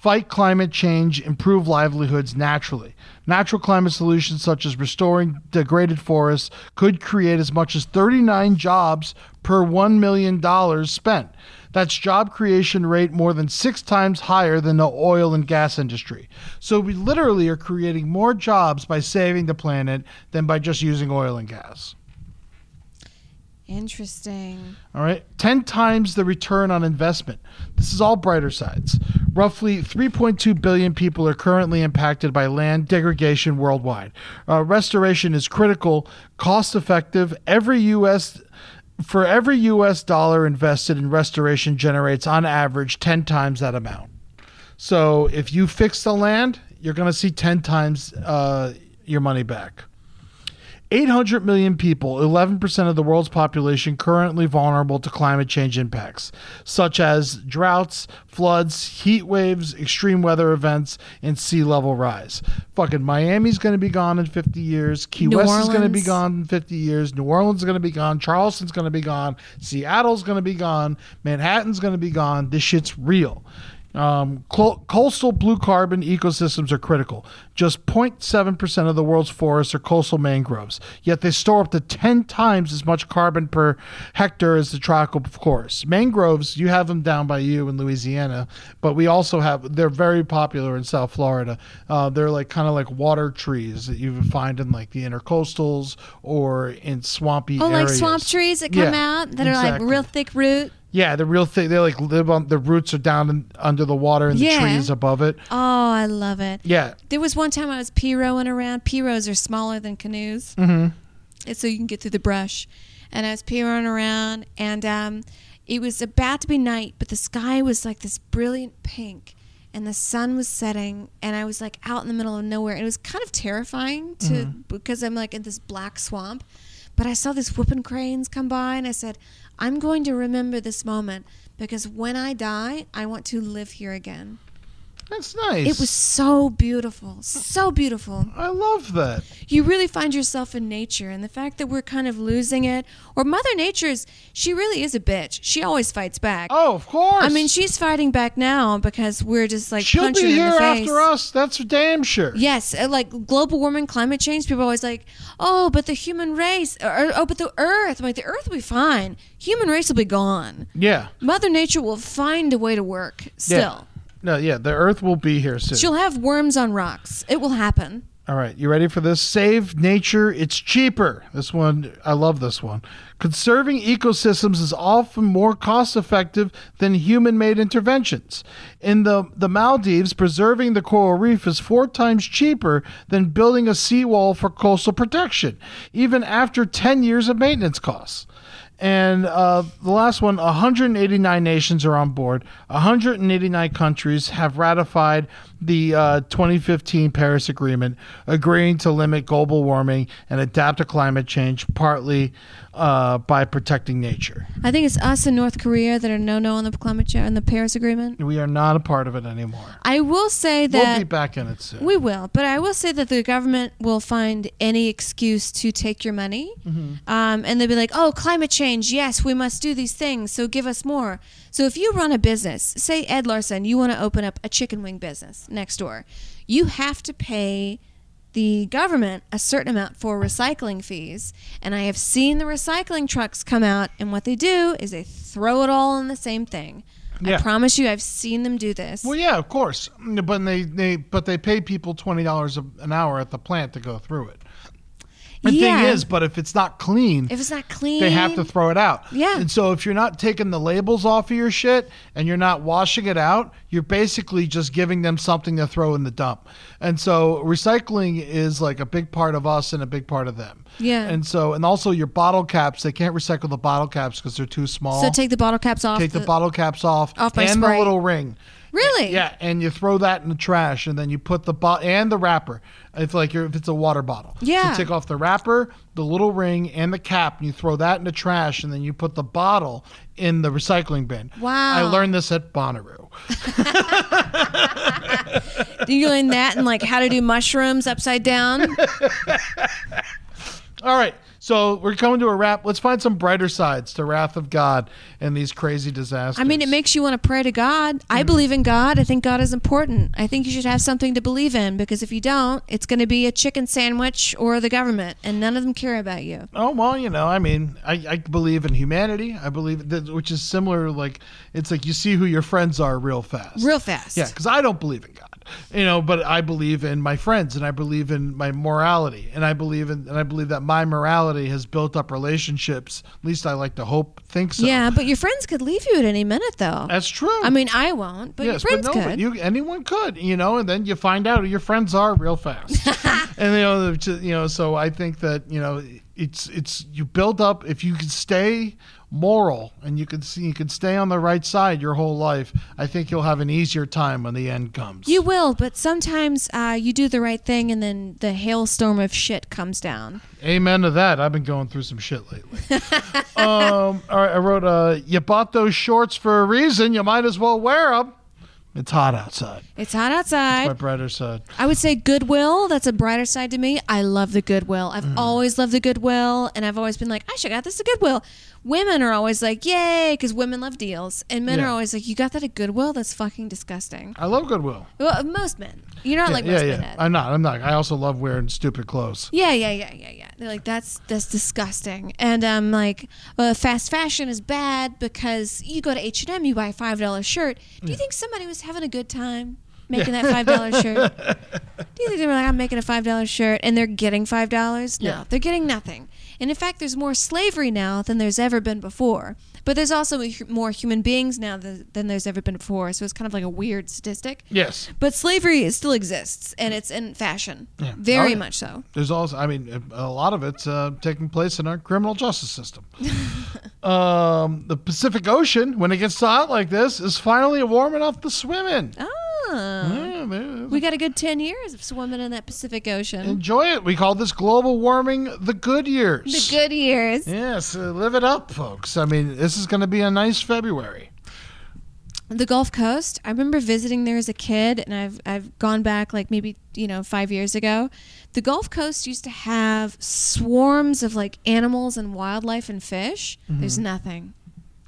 fight climate change, improve livelihoods naturally. Natural climate solutions such as restoring degraded forests could create as much as 39 jobs per $1 million spent. That's job creation rate more than six times higher than the oil and gas industry. So we literally are creating more jobs by saving the planet than by just using oil and gas.
Interesting.
All right. 10 times the return on investment. This is all brighter sides. Roughly 3.2 billion people are currently impacted by land degradation worldwide. Uh, restoration is critical, cost effective. Every U.S. For every U.S. dollar invested in restoration generates on average 10 times that amount. So if you fix the land, you're going to see 10 times uh, your money back. 800 million people, 11% of the world's population, currently vulnerable to climate change impacts, such as droughts, floods, heat waves, extreme weather events, and sea level rise. Fucking Miami's going to be gone in 50 years. Key
New
West is going to be
Orleans.
gone in 50 years. New Orleans is going to be gone. Charleston's going to be gone. Seattle's going to be gone. Manhattan's going to be gone. This shit's real. Um, clo- coastal blue carbon ecosystems are critical. Just 0.7% of the world's forests are coastal mangroves, yet they store up to 10 times as much carbon per hectare as the tropical forests. Mangroves, you have them down by you in Louisiana, but we also have, they're very popular in South Florida. Uh, they're like kind of like water trees that you would find in like the intercoastals or in swampy
Oh, like
areas.
swamp trees that come
Yeah,
out that are
exactly.
like real thick root.
Yeah, the real thing. They like live on the roots are down in, under the water and
Yeah.
the trees above it.
Oh, I love it.
Yeah,
There was one time I was piroing around. Piros are smaller than canoes, and so you can get through the brush. And I was piroing around, and um, it was about to be night, but the sky was like this brilliant pink, and the sun was setting, and I was like out in the middle of nowhere, and it was kind of terrifying to because I'm like in this black swamp. But I saw these whooping cranes come by, and I said, "I'm going to remember this moment because when I die, I want to live here again."
that's nice.
It was so beautiful, so beautiful.
I love that.
You really find yourself in nature, and the fact that we're kind of losing it, or Mother Nature's, she really is a bitch. She always fights back.
Oh, of course.
I mean, she's fighting back now because we're just like
she'll
punching
be
her
here
in the face.
after us. That's for damn sure.
Yes, uh, like global warming, climate change. People are always like, "Oh, but the human race, or, oh, but the Earth." I'm like the Earth will be fine. Human race will be gone.
Yeah.
Mother Nature will find a way to work. Still,
Yeah. No, yeah, the Earth will be here soon.
she'll have worms on rocks. It will happen.
All right, you ready for this? Save nature, it's cheaper. This one, I love this one. Conserving ecosystems is often more cost effective than human made interventions. In the, the Maldives, preserving the coral reef is four times cheaper than building a seawall for coastal protection, even after 10 years of maintenance costs. And uh, the last one 189 nations are on board. 189 countries have ratified the uh, 2015 Paris Agreement, agreeing to limit global warming and adapt to climate change, partly uh, by protecting nature.
I think it's us and North Korea that are no no on the climate change on the Paris Agreement.
We are not a part of it anymore.
I will say
We'll
that
be back in it soon.
we will, but I will say that the government will find any excuse to take your money,
Mm-hmm.
um, and they'll be like, "Oh, climate change. Yes, we must do these things. So give us more." So if you run a business, say Ed Larson, you want to open up a chicken wing business next door, you have to pay the government a certain amount for recycling fees. And I have seen the recycling trucks come out, and what they do is they throw it all in the same thing.
Yeah.
I promise you, I've seen them do this.
well, yeah, of course. But they, they but they pay people twenty dollars an hour at the plant to go through it. The
Yeah.
thing is, but if it's not clean,
If it's not clean,
they have to throw it out.
Yeah.
And so if you're not taking the labels off of your shit and you're not washing it out, you're basically just giving them something to throw in the dump. And so recycling is like a big part of us and a big part of them.
Yeah.
And so and also your bottle caps, they can't recycle the bottle caps because they're too small.
so take the bottle caps off.
Take the, bottle caps off,
Off my
and the
Sprite.
little ring.
Really? (laughs)
Yeah, and you throw that in the trash, and then you put the bottle and the wrapper. If like you're, if it's a water bottle,
Yeah.
So take off the wrapper, the little ring, and the cap, and you throw that in the trash, and then you put the bottle in the recycling bin.
Wow.
I learned this at Bonnaroo.
You learn that and like how to do mushrooms upside down.
All right, so we're coming to a wrap. Let's find some brighter sides to Wrath of God and these crazy disasters.
I mean, it makes you want to pray to God.
Mm-hmm.
I believe in God. I think God is important. I think you should have something to believe in because if you don't, it's going to be a chicken sandwich or the government, and none of them care about you.
Oh well, you know, I mean, I, I believe in humanity. I believe that, which is similar. Like it's like you see who your friends are real fast.
Real fast.
Yeah, because I don't believe in God, you know, but I believe in my friends and I believe in my morality and I believe in and I believe that my morality has built up relationships. At least I like to hope, think so.
Yeah, but your friends could leave you at any minute, though.
that's true.
I mean, I won't, but your
yes, but
friends
no,
could.
but you anyone could, you know, and then you find out who your friends are
(laughs)
real fast, and you know, the- you know. So I think that you know, it's it's you build up if you can stay moral and you can see you can stay on the right side your whole life. I think you'll have an easier time when the end comes.
You will, but sometimes uh, you do the right thing, and then the hailstorm of shit comes down.
Amen to that. I've been going through some shit lately. (laughs) um, all right, I wrote, uh, "You bought those shorts for a reason. You might as well wear them." It's hot outside.
It's hot
My
outside.
brother said.
I would say Goodwill. That's a brighter side to me. I love the Goodwill. I've
Mm.
always loved the Goodwill, and I've always been like, I should got this at Goodwill. Women are always like, yay, because women love deals, and men
Yeah.
are always like, you got that at Goodwill? That's fucking disgusting.
I love Goodwill.
Well, most men. You're not like
yeah,
most
yeah.
men. Ed.
I'm not. I'm not. I also love wearing stupid clothes.
Yeah, yeah, yeah, yeah, yeah. They're like, that's that's disgusting. And um, like, uh, fast fashion is bad because you go to H and M, you buy a five dollar shirt. Do you think somebody was having a good time
(laughs)
making that five dollar shirt? Do you think they were like, I'm making a five dollar shirt, and they're getting five dollars? No,
Yeah.
they're getting nothing. And in fact, there's more slavery now than there's ever been before. But there's also hu- more human beings now than, than there's ever been before. So it's kind of like a weird statistic.
Yes.
But slavery is- still exists, and it's in fashion,
Yeah. Oh,
very
yeah.
much so.
There's also. I mean, a lot of it's uh, taking place in our criminal
(laughs)
justice system. um, the Pacific Ocean, when it gets so hot like this, is finally warm enough to swim in.
Oh.
Yeah, there-
We got a good 10 years of swimming in that Pacific Ocean.
Enjoy it. We call this global warming the good years.
The good years.
Yes, uh, live it up, folks. I mean, this is going to be a nice February.
The Gulf Coast, I remember visiting there as a kid, and I've, I've gone back like maybe, you know, five years ago. The Gulf Coast used to have swarms of like animals and wildlife and fish. There's nothing.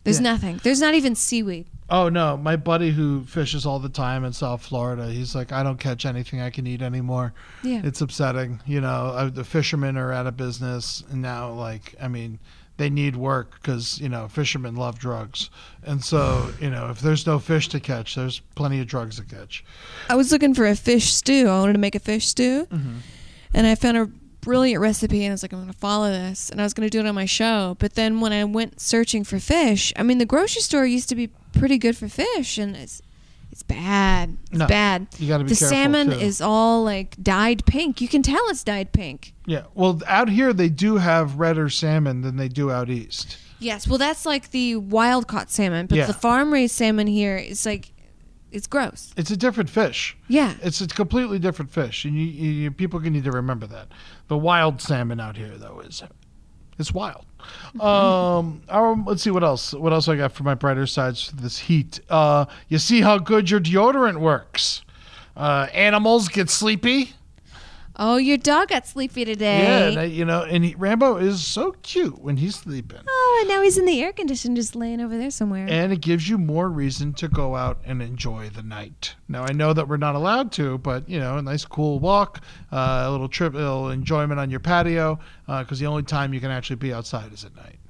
There's nothing. There's not even seaweed.
Oh no, my buddy who fishes all the time in South Florida, he's like, I don't catch anything I can eat anymore.
Yeah.
It's upsetting. You know, uh, the fishermen are out of business, and now like, I mean. They need work because you know fishermen love drugs, and so you know if there's no fish to catch, there's plenty of drugs to catch.
I was looking for a fish stew. I wanted to make a fish stew.
Mm-hmm.
And I found a brilliant recipe and I was like, I'm going to follow this. And I was going to do it on my show. But then when I went searching for fish, I mean, the grocery store used to be pretty good for fish and it's. It's bad. It's
No,
bad.
you gotta be
the
careful,
salmon
too.
is all like dyed pink. You can tell it's dyed pink.
Yeah, well, out here they do have redder salmon than they do out east.
Yes. Well, that's like the wild caught salmon, but
Yeah.
the farm raised salmon here is like, it's gross.
It's a different fish.
Yeah.
It's a completely different fish, and you, you, you people can need to remember that. The wild salmon out here, though, is it's wild. Um, um, let's see what else. What else I got for my brighter sides for this heat? Uh, you see how good your deodorant works. Uh, animals get sleepy.
Oh, your dog got sleepy today.
Yeah, and, uh, you know, and he, Rambo is so cute when he's sleeping,
Oh, and now he's in the air conditioner just laying over there somewhere.
and it gives you more reason to go out and enjoy the night. Now I know that we're not allowed to, but you know, a nice cool walk, uh, a little trip, a little enjoyment on your patio, because the only time you can actually be outside is at night.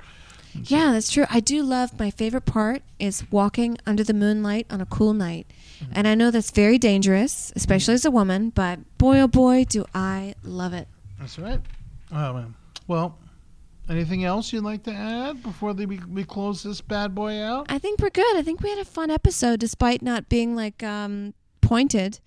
yeah, that's true. I do love my favorite part is walking under the moonlight on a cool night.
Mm-hmm.
And I know that's very dangerous, especially as a woman, but boy oh boy do I love it.
That's right. Oh man. Well, anything else you'd like to add before the, we we close this bad boy out?
I think we're good. I think we had a fun episode, despite not being like um, pointed,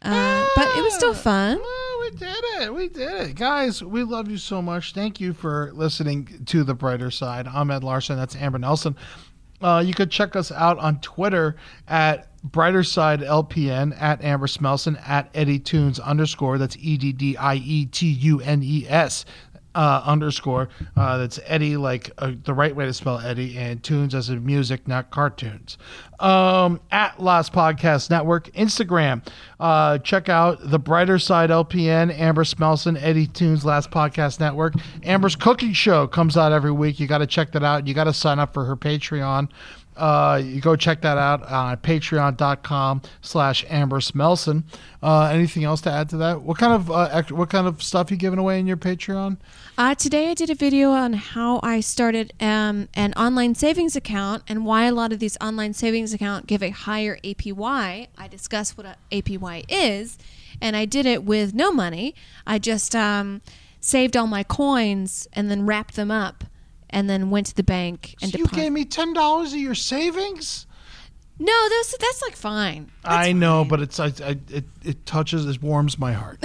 uh, but it was still fun.
Oh, we did it. We did it, guys. We love you so much. Thank you for listening to the brighter side. I'm Ed Larson. That's Amber Nelson. Uh, you could check us out on Twitter at brighter side lpn at amber smelson at eddie tunes underscore that's E e-d-d-i-e-t-u-n-e-s uh, underscore uh, that's eddie like uh, the right way to spell eddie and tunes as in music not cartoons um, at lost podcast network instagram uh, check out the brighter side lpn amber smelson eddie tunes last podcast network amber's cooking show comes out every week you got to check that out you got to sign up for her patreon uh, you go check that out on patreon.com slash amber smelson uh, anything else to add to that what kind of uh, act- what kind of stuff you giving away in your patreon
Uh, today I did a video on how I started um, an online savings account and why a lot of these online savings accounts give a higher APY. I discussed what a APY is, and I did it with no money. I just um, saved all my coins and then wrapped them up, and then went to the bank and
So you
deposited.
gave me ten dollars of your savings
no, that's that's like
(sighs)
fine.
I know, but it's I, I, it it touches it warms my heart.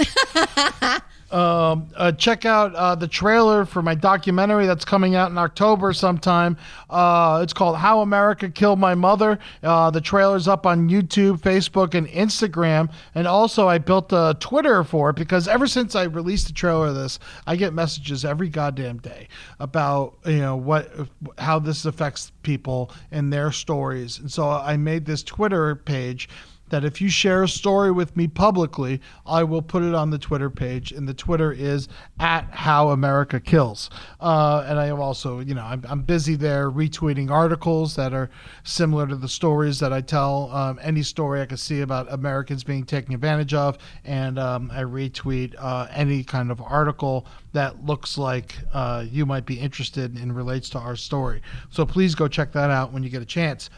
um, uh, check out uh, the trailer for my documentary that's coming out in October sometime. Uh, it's called "How America Killed My Mother." Uh, the trailer's up on YouTube, Facebook, and Instagram. And also, I built a Twitter for it because ever since I released the trailer of this, I get messages every goddamn day about you know what how this affects people and their stories. And so I made this Twitter page that if you share a story with me publicly, I will put it on the Twitter page, and the Twitter is at How America Kills. Uh, and I am also, you know, I'm, I'm busy there retweeting articles that are similar to the stories that I tell. Um, any story I can see about Americans being taken advantage of, and um, I retweet uh, any kind of article that looks like uh, you might be interested in and relates to our story. So please go check that out when you get a chance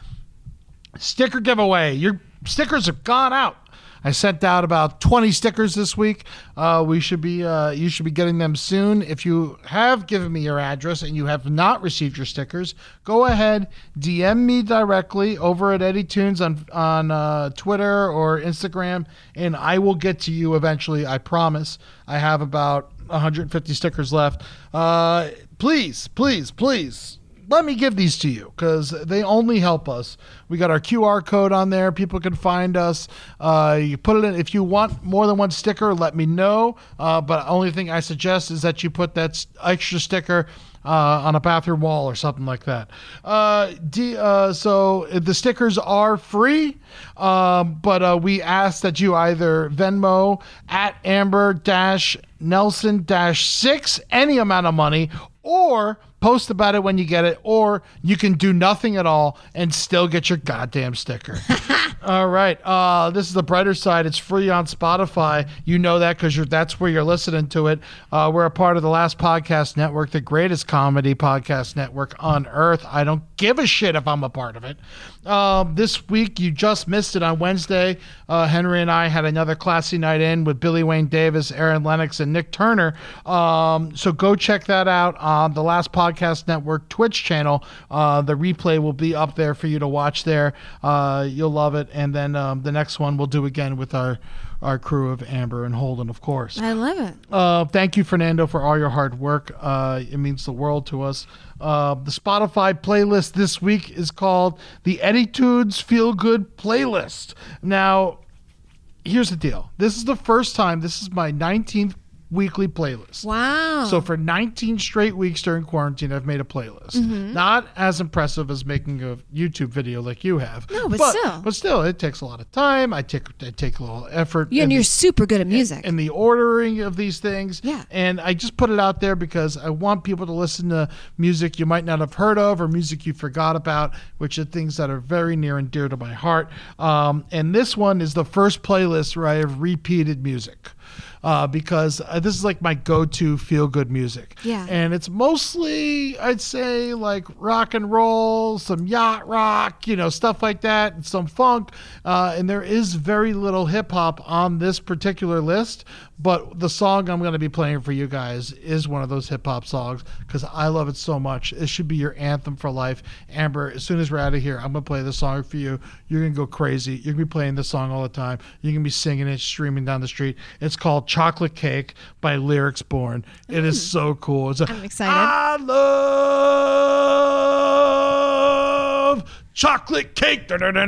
sticker giveaway. Your stickers have gone out. I sent out about 20 stickers this week. Uh, we should be uh, you should be getting them soon. If you have given me your address and you have not received your stickers, go ahead DM me directly over at Eddie Tunes on on uh, Twitter or Instagram, and I will get to you eventually. I promise. I have about 150 stickers left. Uh, please, please, please let me give these to you because they only help us. We got our QR code on there. People can find us. Uh, you put it in. If you want more than one sticker, let me know. Uh, but only thing I suggest is that you put that s- extra sticker uh, on a bathroom wall or something like that. Uh, D, uh, so the stickers are free, um, but uh, we ask that you either Venmo at Amber dash Nelson dash six any amount of money or post about it when you get it, or you can do nothing at all and still get your goddamn sticker. all right, uh, this is the brighter side. It's free on Spotify. You know that because you're that's where you're listening to it. Uh, we're a part of the Last Podcast Network, the greatest comedy podcast network on earth. I don't give a shit if I'm a part of it. Um, this week you just missed it on Wednesday. Uh, Henry and I had another classy night in with Billy Wayne Davis, Aaron Lennox, and Nick Turner. Um, so go check that out on the Last Podcast Network Twitch channel. Uh, the replay will be up there for you to watch there. Uh, you'll love it. And then um, the next one we'll do again with our our crew of Amber and Holden, of course.
I love it.
Uh, thank you, Fernando, for all your hard work. Uh, it means the world to us. Uh, the Spotify playlist this week is called the Attitudes Feel Good Playlist. Now, here's the deal this is the first time, this is my 19th weekly playlist.
Wow.
So for 19 straight weeks during quarantine, I've made a playlist.
Mm-hmm.
Not as impressive as making a YouTube video like you have.
No, but still.
but still, it takes a lot of time. I take I take a little effort.
yeah, and
in
you're
the-
super good at music.
and the ordering of these things.
Yeah.
And I just put it out there because I want people to listen to music you might not have heard of or music you forgot about, which are things that are very near and dear to my heart. Um, and this one is the first playlist where I have repeated music. uh, because uh, this is like my go-to feel-good music.
Yeah.
and it's mostly I'd say like rock and roll, some yacht rock, you know, stuff like that, and some funk. Uh, and there is very little hip hop on this particular list, but the song I'm going to be playing for you guys is one of those hip hop songs because I love it so much. It should be your anthem for life. Amber, as soon as we're out of here, I'm going to play this song for you. You're going to go crazy. You're going to be playing this song all the time. You're going to be singing it, streaming down the street. It's called Chocolate Cake by Lyrics Born. It is so cool. It's a,
I'm excited.
I love chocolate cake and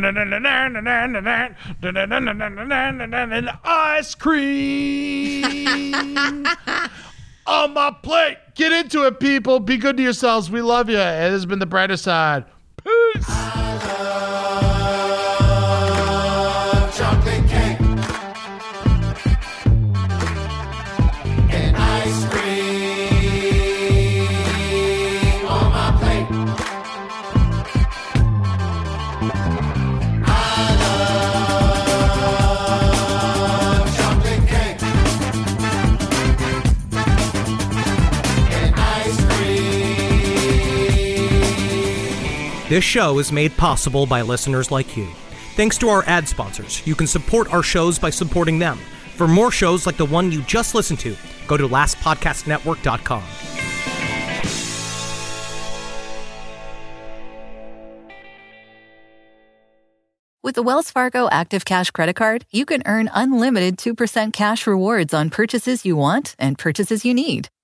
(laughs)
ice cream on my plate. Get into it, people. Be good to yourselves. We love you. And this has been The Brighter Side. Peace.
chocolate cake and ice cream on my plate. I love chocolate cake and ice cream.
This show is made possible by listeners like you. Thanks to our ad sponsors, you can support our shows by supporting them. For more shows like the one you just listened to, go to lastpodcastnetwork.com.
With the Wells Fargo Active Cash Credit Card, you can earn unlimited 2% cash rewards on purchases you want and purchases you need.